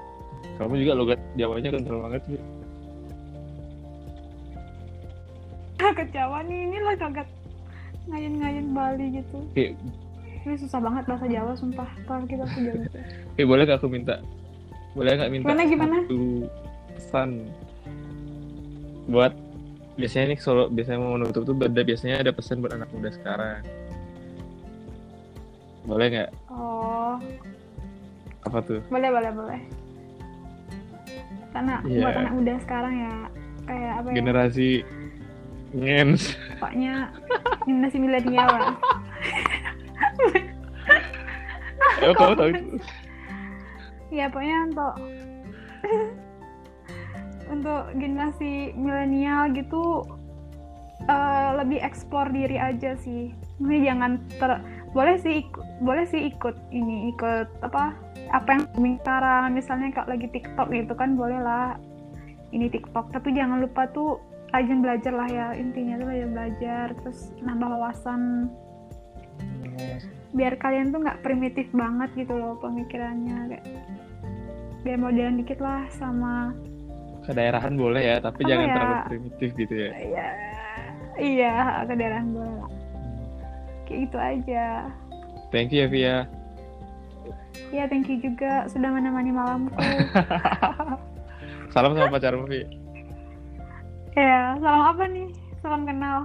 [SPEAKER 1] kamu juga logat Jawanya kental banget Pi.
[SPEAKER 2] kaget Jawa nih ini lah kaget ngayen-ngayen Bali gitu
[SPEAKER 1] Pi,
[SPEAKER 2] ini susah banget bahasa Jawa sumpah kalau kita bahasa Jawa gitu.
[SPEAKER 1] Pi, boleh gak aku minta boleh gak minta
[SPEAKER 2] Gimana, gimana?
[SPEAKER 1] satu pesan buat biasanya nih solo biasanya mau menutup tuh ada biasanya ada pesan buat anak muda sekarang boleh nggak
[SPEAKER 2] oh
[SPEAKER 1] apa tuh
[SPEAKER 2] boleh boleh boleh karena
[SPEAKER 1] Iya.
[SPEAKER 2] buat anak muda sekarang ya kayak apa ya
[SPEAKER 1] generasi ngens
[SPEAKER 2] pokoknya generasi milenial lah
[SPEAKER 1] eh kamu tahu itu?
[SPEAKER 2] ya pokoknya untuk untuk generasi milenial gitu eh, lebih eksplor diri aja sih ini jangan ter boleh sih ikut boleh sih ikut ini ikut apa apa yang booming sekarang misalnya kalau lagi TikTok gitu kan boleh lah ini TikTok tapi jangan lupa tuh rajin belajar lah ya intinya tuh rajin belajar terus nambah wawasan biar kalian tuh nggak primitif banget gitu loh pemikirannya kayak biar modern dikit lah sama
[SPEAKER 1] kedaerahan boleh ya tapi
[SPEAKER 2] Apa
[SPEAKER 1] jangan
[SPEAKER 2] ya?
[SPEAKER 1] terlalu primitif gitu ya
[SPEAKER 2] ya iya ke daerah bola kayak gitu aja
[SPEAKER 1] thank you ya Via
[SPEAKER 2] ya thank you juga sudah menemani malamku
[SPEAKER 1] salam sama pacarmu Vi
[SPEAKER 2] ya salam apa nih salam kenal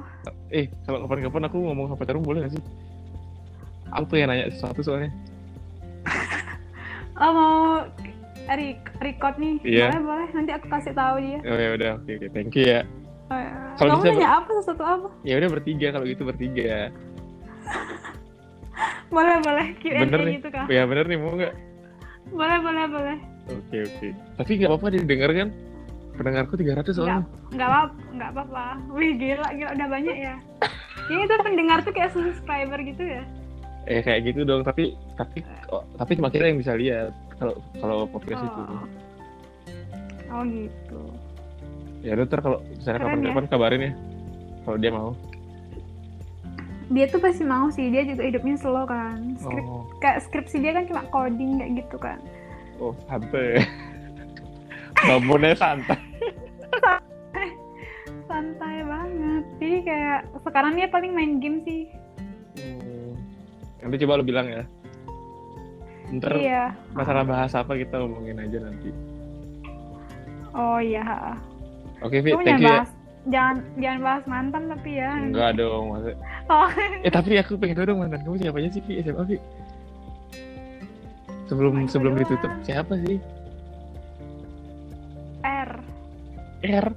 [SPEAKER 1] eh kalau kapan-kapan aku ngomong sama pacarmu boleh gak sih aku tuh yang nanya sesuatu soalnya
[SPEAKER 2] oh mau re- record nih
[SPEAKER 1] Iya.
[SPEAKER 2] boleh boleh nanti aku kasih tahu dia
[SPEAKER 1] oh ya udah oke oke thank you ya
[SPEAKER 2] Oh, ya.
[SPEAKER 1] Kalau
[SPEAKER 2] kamu
[SPEAKER 1] bisa,
[SPEAKER 2] nanya apa sesuatu apa
[SPEAKER 1] ya udah bertiga kalau gitu bertiga
[SPEAKER 2] boleh boleh Q&A
[SPEAKER 1] bener nih
[SPEAKER 2] gitu kan
[SPEAKER 1] ya bener nih mau nggak
[SPEAKER 2] boleh boleh boleh
[SPEAKER 1] oke oke tapi nggak apa-apa didengar kan pendengarku 300
[SPEAKER 2] nggak
[SPEAKER 1] orang
[SPEAKER 2] nggak apa nggak apa apa wih gila gila udah banyak ya ini tuh pendengar tuh kayak subscriber gitu ya
[SPEAKER 1] eh kayak gitu dong tapi tapi oh, tapi cuma kita yang bisa lihat kalau kalau podcast itu
[SPEAKER 2] oh. oh gitu
[SPEAKER 1] ya udah ntar kalau misalnya
[SPEAKER 2] Keren
[SPEAKER 1] kapan-kapan kabarin ya kalau dia mau
[SPEAKER 2] dia tuh pasti mau sih dia juga hidupnya slow kan skrip
[SPEAKER 1] oh
[SPEAKER 2] kayak skripsi dia kan cuma coding kayak gitu kan
[SPEAKER 1] oh santai bangunnya santai
[SPEAKER 2] santai banget jadi kayak sekarang dia paling main game sih
[SPEAKER 1] Hmm. nanti coba lo bilang ya ntar
[SPEAKER 2] iya
[SPEAKER 1] masalah bahas apa kita ngomongin aja nanti
[SPEAKER 2] oh iya ha.
[SPEAKER 1] oke Vi
[SPEAKER 2] kamu
[SPEAKER 1] thank you
[SPEAKER 2] jangan
[SPEAKER 1] ya
[SPEAKER 2] bahas jangan jangan bahas mantan tapi ya
[SPEAKER 1] enggak dong maksud-
[SPEAKER 2] oh
[SPEAKER 1] eh tapi aku pengen tahu dong mantan kamu siapa aja sih Vi siapa Vi sebelum
[SPEAKER 2] Cuma itu
[SPEAKER 1] sebelum
[SPEAKER 2] doang.
[SPEAKER 1] ditutup siapa sih
[SPEAKER 2] R
[SPEAKER 1] R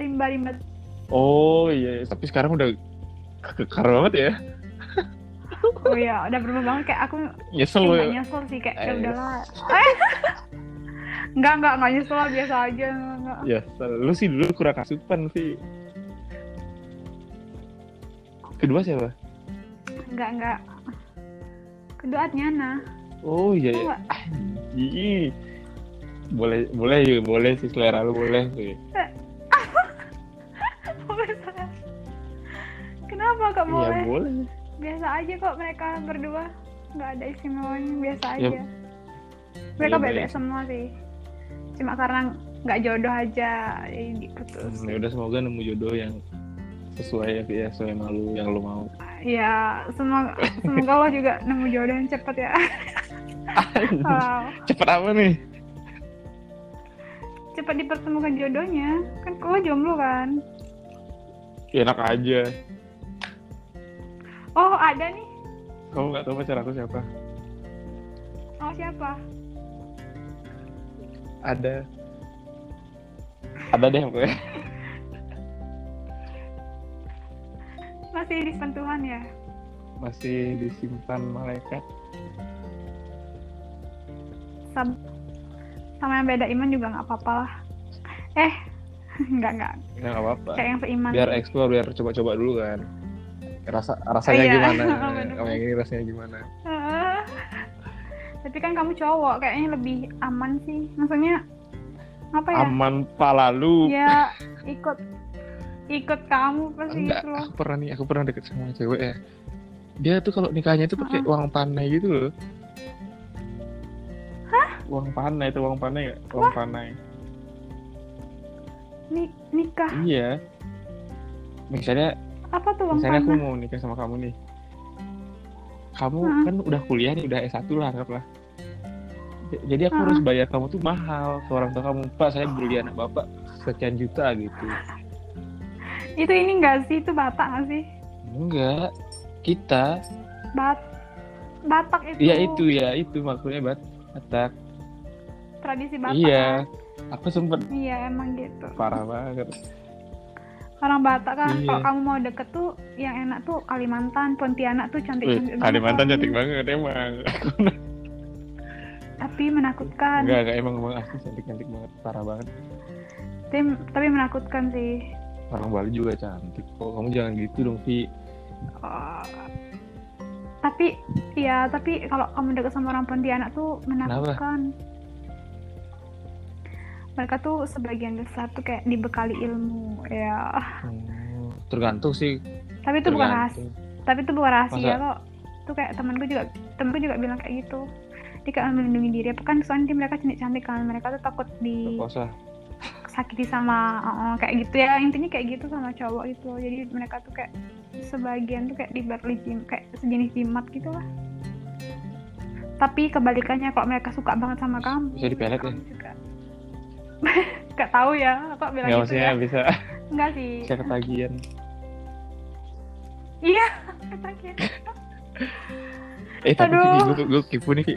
[SPEAKER 2] rimba rimba
[SPEAKER 1] oh iya tapi sekarang udah kekar banget ya
[SPEAKER 2] oh iya udah berubah banget kayak aku
[SPEAKER 1] nyesel lo
[SPEAKER 2] Eh,
[SPEAKER 1] ya
[SPEAKER 2] nggak nyesel sih kayak ya
[SPEAKER 1] Eh,
[SPEAKER 2] udahlah Enggak, enggak, enggak nyesel lah, biasa aja. Enggak, enggak.
[SPEAKER 1] ya lu sih dulu kurang asupan sih kedua siapa
[SPEAKER 2] Enggak, enggak. Kedua Adnyana.
[SPEAKER 1] oh iya
[SPEAKER 2] Tau
[SPEAKER 1] iya
[SPEAKER 2] nggak?
[SPEAKER 1] Ih. boleh boleh ya boleh sih selera lu boleh Iya, sih
[SPEAKER 2] Boleh, salah. Kenapa kok
[SPEAKER 1] Iya
[SPEAKER 2] boleh?
[SPEAKER 1] boleh
[SPEAKER 2] Biasa aja kok mereka berdua. Enggak ada istimewanya, biasa
[SPEAKER 1] Ya,
[SPEAKER 2] aja. mereka
[SPEAKER 1] boleh.
[SPEAKER 2] bebek semua sih. Cuma karena nggak jodoh aja, jadi diputus.
[SPEAKER 1] Hmm, ya udah semoga nemu jodoh yang sesuai ya Fi, ya, sesuai sama lu yang lu mau
[SPEAKER 2] Ya, semoga, semoga lo juga nemu jodoh yang cepet ya. Wow.
[SPEAKER 1] cepet apa nih
[SPEAKER 2] Cepat dipertemukan jodohnya. Kan lo jomblo kan?
[SPEAKER 1] Ya, enak aja
[SPEAKER 2] Oh, ada nih.
[SPEAKER 1] kamu nggak tahu pacar aku siapa
[SPEAKER 2] Oh, siapa?
[SPEAKER 1] ada ada deh pokoknya
[SPEAKER 2] Masih di sentuhan ya?
[SPEAKER 1] masih disimpan malaikat
[SPEAKER 2] Sam- sama yang beda iman juga nggak apa-apa lah. Eh, nggak nggak.
[SPEAKER 1] ya nggak apa-apa
[SPEAKER 2] Kayak yang seiman.
[SPEAKER 1] biar eksplor biar coba-coba dulu kan rasa rasanya
[SPEAKER 2] Iya.
[SPEAKER 1] gimana
[SPEAKER 2] Bener-bener.
[SPEAKER 1] kalau yang ini rasanya gimana
[SPEAKER 2] Heeh. Eh, Tapi kan kamu cowok, kayaknya lebih aman sih. Maksudnya apa ya?
[SPEAKER 1] aman pala lu
[SPEAKER 2] Ya ikut ikut kamu pasti
[SPEAKER 1] enggak
[SPEAKER 2] gitu loh.
[SPEAKER 1] aku pernah nih aku pernah deket sama cewek ya dia tuh kalau nikahnya tuh pakai uang panai gitu loh Hah? uang panai itu uang panai nggak uang panai
[SPEAKER 2] Ni- nikah
[SPEAKER 1] iya misalnya
[SPEAKER 2] apa tuh bang
[SPEAKER 1] misalnya aku
[SPEAKER 2] panah?
[SPEAKER 1] mau nikah sama kamu nih kamu
[SPEAKER 2] Heeh.
[SPEAKER 1] kan udah kuliah nih udah S1 lah anggaplah J- jadi aku
[SPEAKER 2] Heeh.
[SPEAKER 1] harus bayar kamu tuh mahal ke orang tua kamu pak saya beli anak bapak sekian juta gitu
[SPEAKER 2] Itu ini nggak sih? Itu batak nggak sih?
[SPEAKER 1] enggak kita
[SPEAKER 2] Bat Batak itu,
[SPEAKER 1] ya itu ya itu maksudnya bat Batak.
[SPEAKER 2] tradisi Batak. kan?
[SPEAKER 1] iya aku sempet
[SPEAKER 2] Iya, emang gitu.
[SPEAKER 1] parah banget
[SPEAKER 2] Orang Batak kan
[SPEAKER 1] Iya.
[SPEAKER 2] kalau kamu mau deket tuh yang enak tuh Kalimantan, Pontianak tuh
[SPEAKER 1] Wih,
[SPEAKER 2] cantik-cantik. banget
[SPEAKER 1] Kalimantan
[SPEAKER 2] orangnya.
[SPEAKER 1] cantik banget emang
[SPEAKER 2] Tapi menakutkan.
[SPEAKER 1] enggak enggak emang emang asli cantik cantik banget parah banget
[SPEAKER 2] Tapi, tapi menakutkan sih.
[SPEAKER 1] orang Bali juga cantik kok kamu jangan gitu dong Vi
[SPEAKER 2] Oh. tapi ya tapi kalau kamu deket sama orang Pontianak tuh menakutkan. Mereka tuh sebagian besar tuh kayak dibekali ilmu ya.
[SPEAKER 1] Hmm, tergantung sih
[SPEAKER 2] Tapi itu bukan rahasia.
[SPEAKER 1] tergantung.
[SPEAKER 2] tapi itu bukan rahasia
[SPEAKER 1] Masa?
[SPEAKER 2] kok itu kayak temanku juga temanku juga bilang kayak gitu dia kayak melindungi diri apa kan soalnya dia- mereka cantik cantik kan mereka tuh takut
[SPEAKER 1] Kosa.
[SPEAKER 2] disakiti sama uh-uh, kayak gitu ya intinya kayak gitu sama cowok gitu jadi mereka tuh kayak sebagian tuh kayak dibekali jim kayak sejenis jimat gitu lah tapi kebalikannya kalau mereka suka banget sama kamu
[SPEAKER 1] Bisa dipelet ya?
[SPEAKER 2] kamu juga gak tahu ya kok bilang
[SPEAKER 1] Nggak
[SPEAKER 2] gitu
[SPEAKER 1] maksudnya
[SPEAKER 2] ya
[SPEAKER 1] bisa
[SPEAKER 2] enggak sih
[SPEAKER 1] bisa ketagihan.
[SPEAKER 2] iya ketagihan.
[SPEAKER 1] Nah. Eh tapi
[SPEAKER 2] Aduh.
[SPEAKER 1] sih gue gue kipu nih Ki.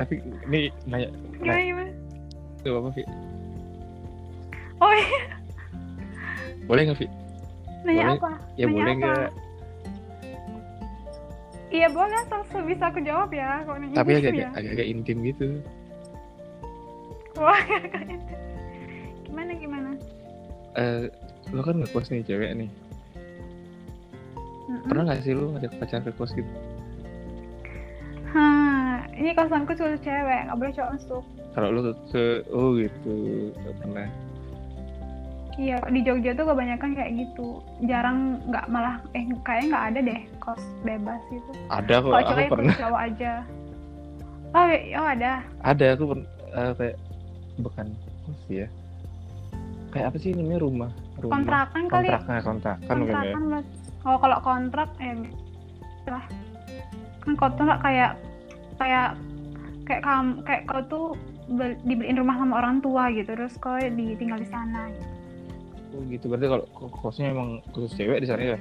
[SPEAKER 1] Tapi ini nanya
[SPEAKER 2] gimana gimana
[SPEAKER 1] tuh apa Ki?
[SPEAKER 2] oh iya.
[SPEAKER 1] Boleh nggak Ki?
[SPEAKER 2] nanya
[SPEAKER 1] Boleh.
[SPEAKER 2] apa
[SPEAKER 1] Ya
[SPEAKER 2] Nanya
[SPEAKER 1] boleh
[SPEAKER 2] apa?
[SPEAKER 1] nggak?
[SPEAKER 2] Iya boleh, asal sebisa aku jawab ya kalau nanya
[SPEAKER 1] Tapi
[SPEAKER 2] gitu
[SPEAKER 1] agak
[SPEAKER 2] ya.
[SPEAKER 1] agak, agak intim gitu.
[SPEAKER 2] Wah, agak intim. gimana gimana?
[SPEAKER 1] Eh lo kan ngekos nih cewek nih.
[SPEAKER 2] Hmm. Mm-mm.
[SPEAKER 1] Pernah nggak sih lo ngajak pacar ke kos gitu?
[SPEAKER 2] Hah, ini kosanku cuma cewek, nggak boleh cowok masuk.
[SPEAKER 1] Kalau lo ke, ke- oh gitu nggak pernah.
[SPEAKER 2] Iya, di Jogja tuh kebanyakan kayak gitu. Jarang nggak malah, eh kayaknya nggak ada deh kos bebas gitu.
[SPEAKER 1] Ada kok. Oh,
[SPEAKER 2] Kalau
[SPEAKER 1] Aku
[SPEAKER 2] cewek
[SPEAKER 1] pernah.
[SPEAKER 2] ikut cowok aja. Oh, i- oh ada.
[SPEAKER 1] Ada aku pernah eh, kayak bukan kos ya. Kayak apa sih namanya rumah? rumah.
[SPEAKER 2] Kontrakan kali. ya,
[SPEAKER 1] kontrakan kontrakan bukan ya?
[SPEAKER 2] kontrakan Mas. Oh, kalau kontrak eh lah. Kan kontrak kayak kayak kayak kamu kayak kau tuh bel- dibeliin rumah sama orang tua gitu terus kau ditinggal di sana gitu.
[SPEAKER 1] Oh gitu berarti kalau ko- kosnya emang khusus cewek di sana ya?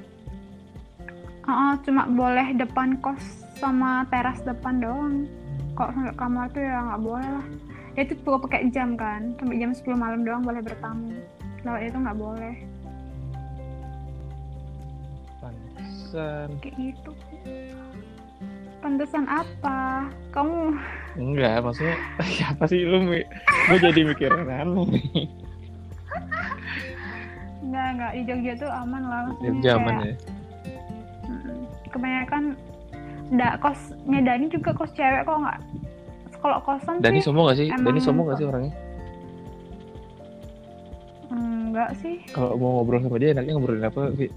[SPEAKER 2] Oh, cuma boleh depan kos sama teras depan doang. Kalau sampai kamar tuh ya nggak boleh lah. Ya itu perlu pakai jam kan. Sampai jam 10 malam doang boleh bertamu. Lewat itu nggak boleh.
[SPEAKER 1] Pantesan.
[SPEAKER 2] Kayak gitu. Pantesan apa? Kamu
[SPEAKER 1] Enggak, maksudnya siapa sih lu? Mi? Lu jadi mikirin aneh.
[SPEAKER 2] nggak nggak di Jogja tuh aman lah. maksudnya
[SPEAKER 1] Jogja aman
[SPEAKER 2] kayak,
[SPEAKER 1] ya.
[SPEAKER 2] mm, Kebanyakan da kosnya Dani juga kos cewek kok nggak. Kalau kosan
[SPEAKER 1] Dani
[SPEAKER 2] sih
[SPEAKER 1] sombong gak sih?
[SPEAKER 2] Iya, emang-
[SPEAKER 1] Dani sombong gak sih orangnya?
[SPEAKER 2] enggak sih.
[SPEAKER 1] Kalau mau ngobrol sama dia enaknya ngobrolin apa? Vi?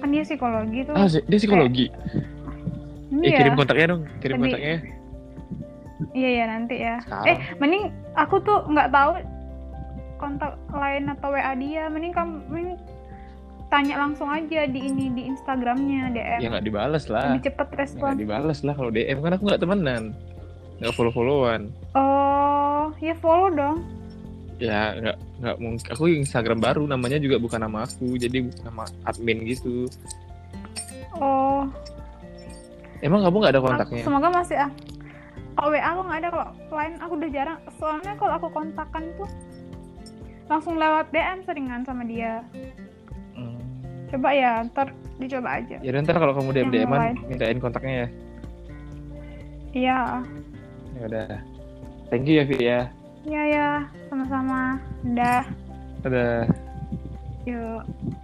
[SPEAKER 2] Kan dia psikologi tuh.
[SPEAKER 1] Ah, si- dia psikologi. Eh,
[SPEAKER 2] iya.
[SPEAKER 1] kirim kontaknya dong, kirim
[SPEAKER 2] Tapi-
[SPEAKER 1] kontaknya.
[SPEAKER 2] Iya ya nanti ya.
[SPEAKER 1] Sekarang.
[SPEAKER 2] Eh mending aku tuh nggak tahu kontak lain atau WA dia. Mending kamu mending tanya langsung aja di ini di Instagramnya DM.
[SPEAKER 1] Ya nggak dibales lah.
[SPEAKER 2] Lebih cepet
[SPEAKER 1] Ya,
[SPEAKER 2] respon.
[SPEAKER 1] Nggak dibales lah kalau DM kan aku nggak temenan, nggak follow followan.
[SPEAKER 2] Oh ya follow dong.
[SPEAKER 1] Ya nggak nggak mungkin. Aku Instagram baru, namanya juga bukan nama aku, jadi bukan nama admin gitu.
[SPEAKER 2] Oh
[SPEAKER 1] Emang kamu nggak ada
[SPEAKER 2] aku-
[SPEAKER 1] kontaknya?
[SPEAKER 2] semoga masih ah. Kalau WA aku nggak ada kalau lain aku udah jarang. Soalnya kalau aku kontakkan tuh langsung lewat DM seringan sama dia.
[SPEAKER 1] Hmm.
[SPEAKER 2] Coba ya ntar dicoba aja.
[SPEAKER 1] Ya udah, ntar kalau kamu DM
[SPEAKER 2] Yang
[SPEAKER 1] DM an
[SPEAKER 2] lain.
[SPEAKER 1] mintain kontaknya ya.
[SPEAKER 2] Iya.
[SPEAKER 1] Ya udah. Thank you ya Vi ya.
[SPEAKER 2] Iya ya, sama-sama. Dah,
[SPEAKER 1] Ada.
[SPEAKER 2] yuk.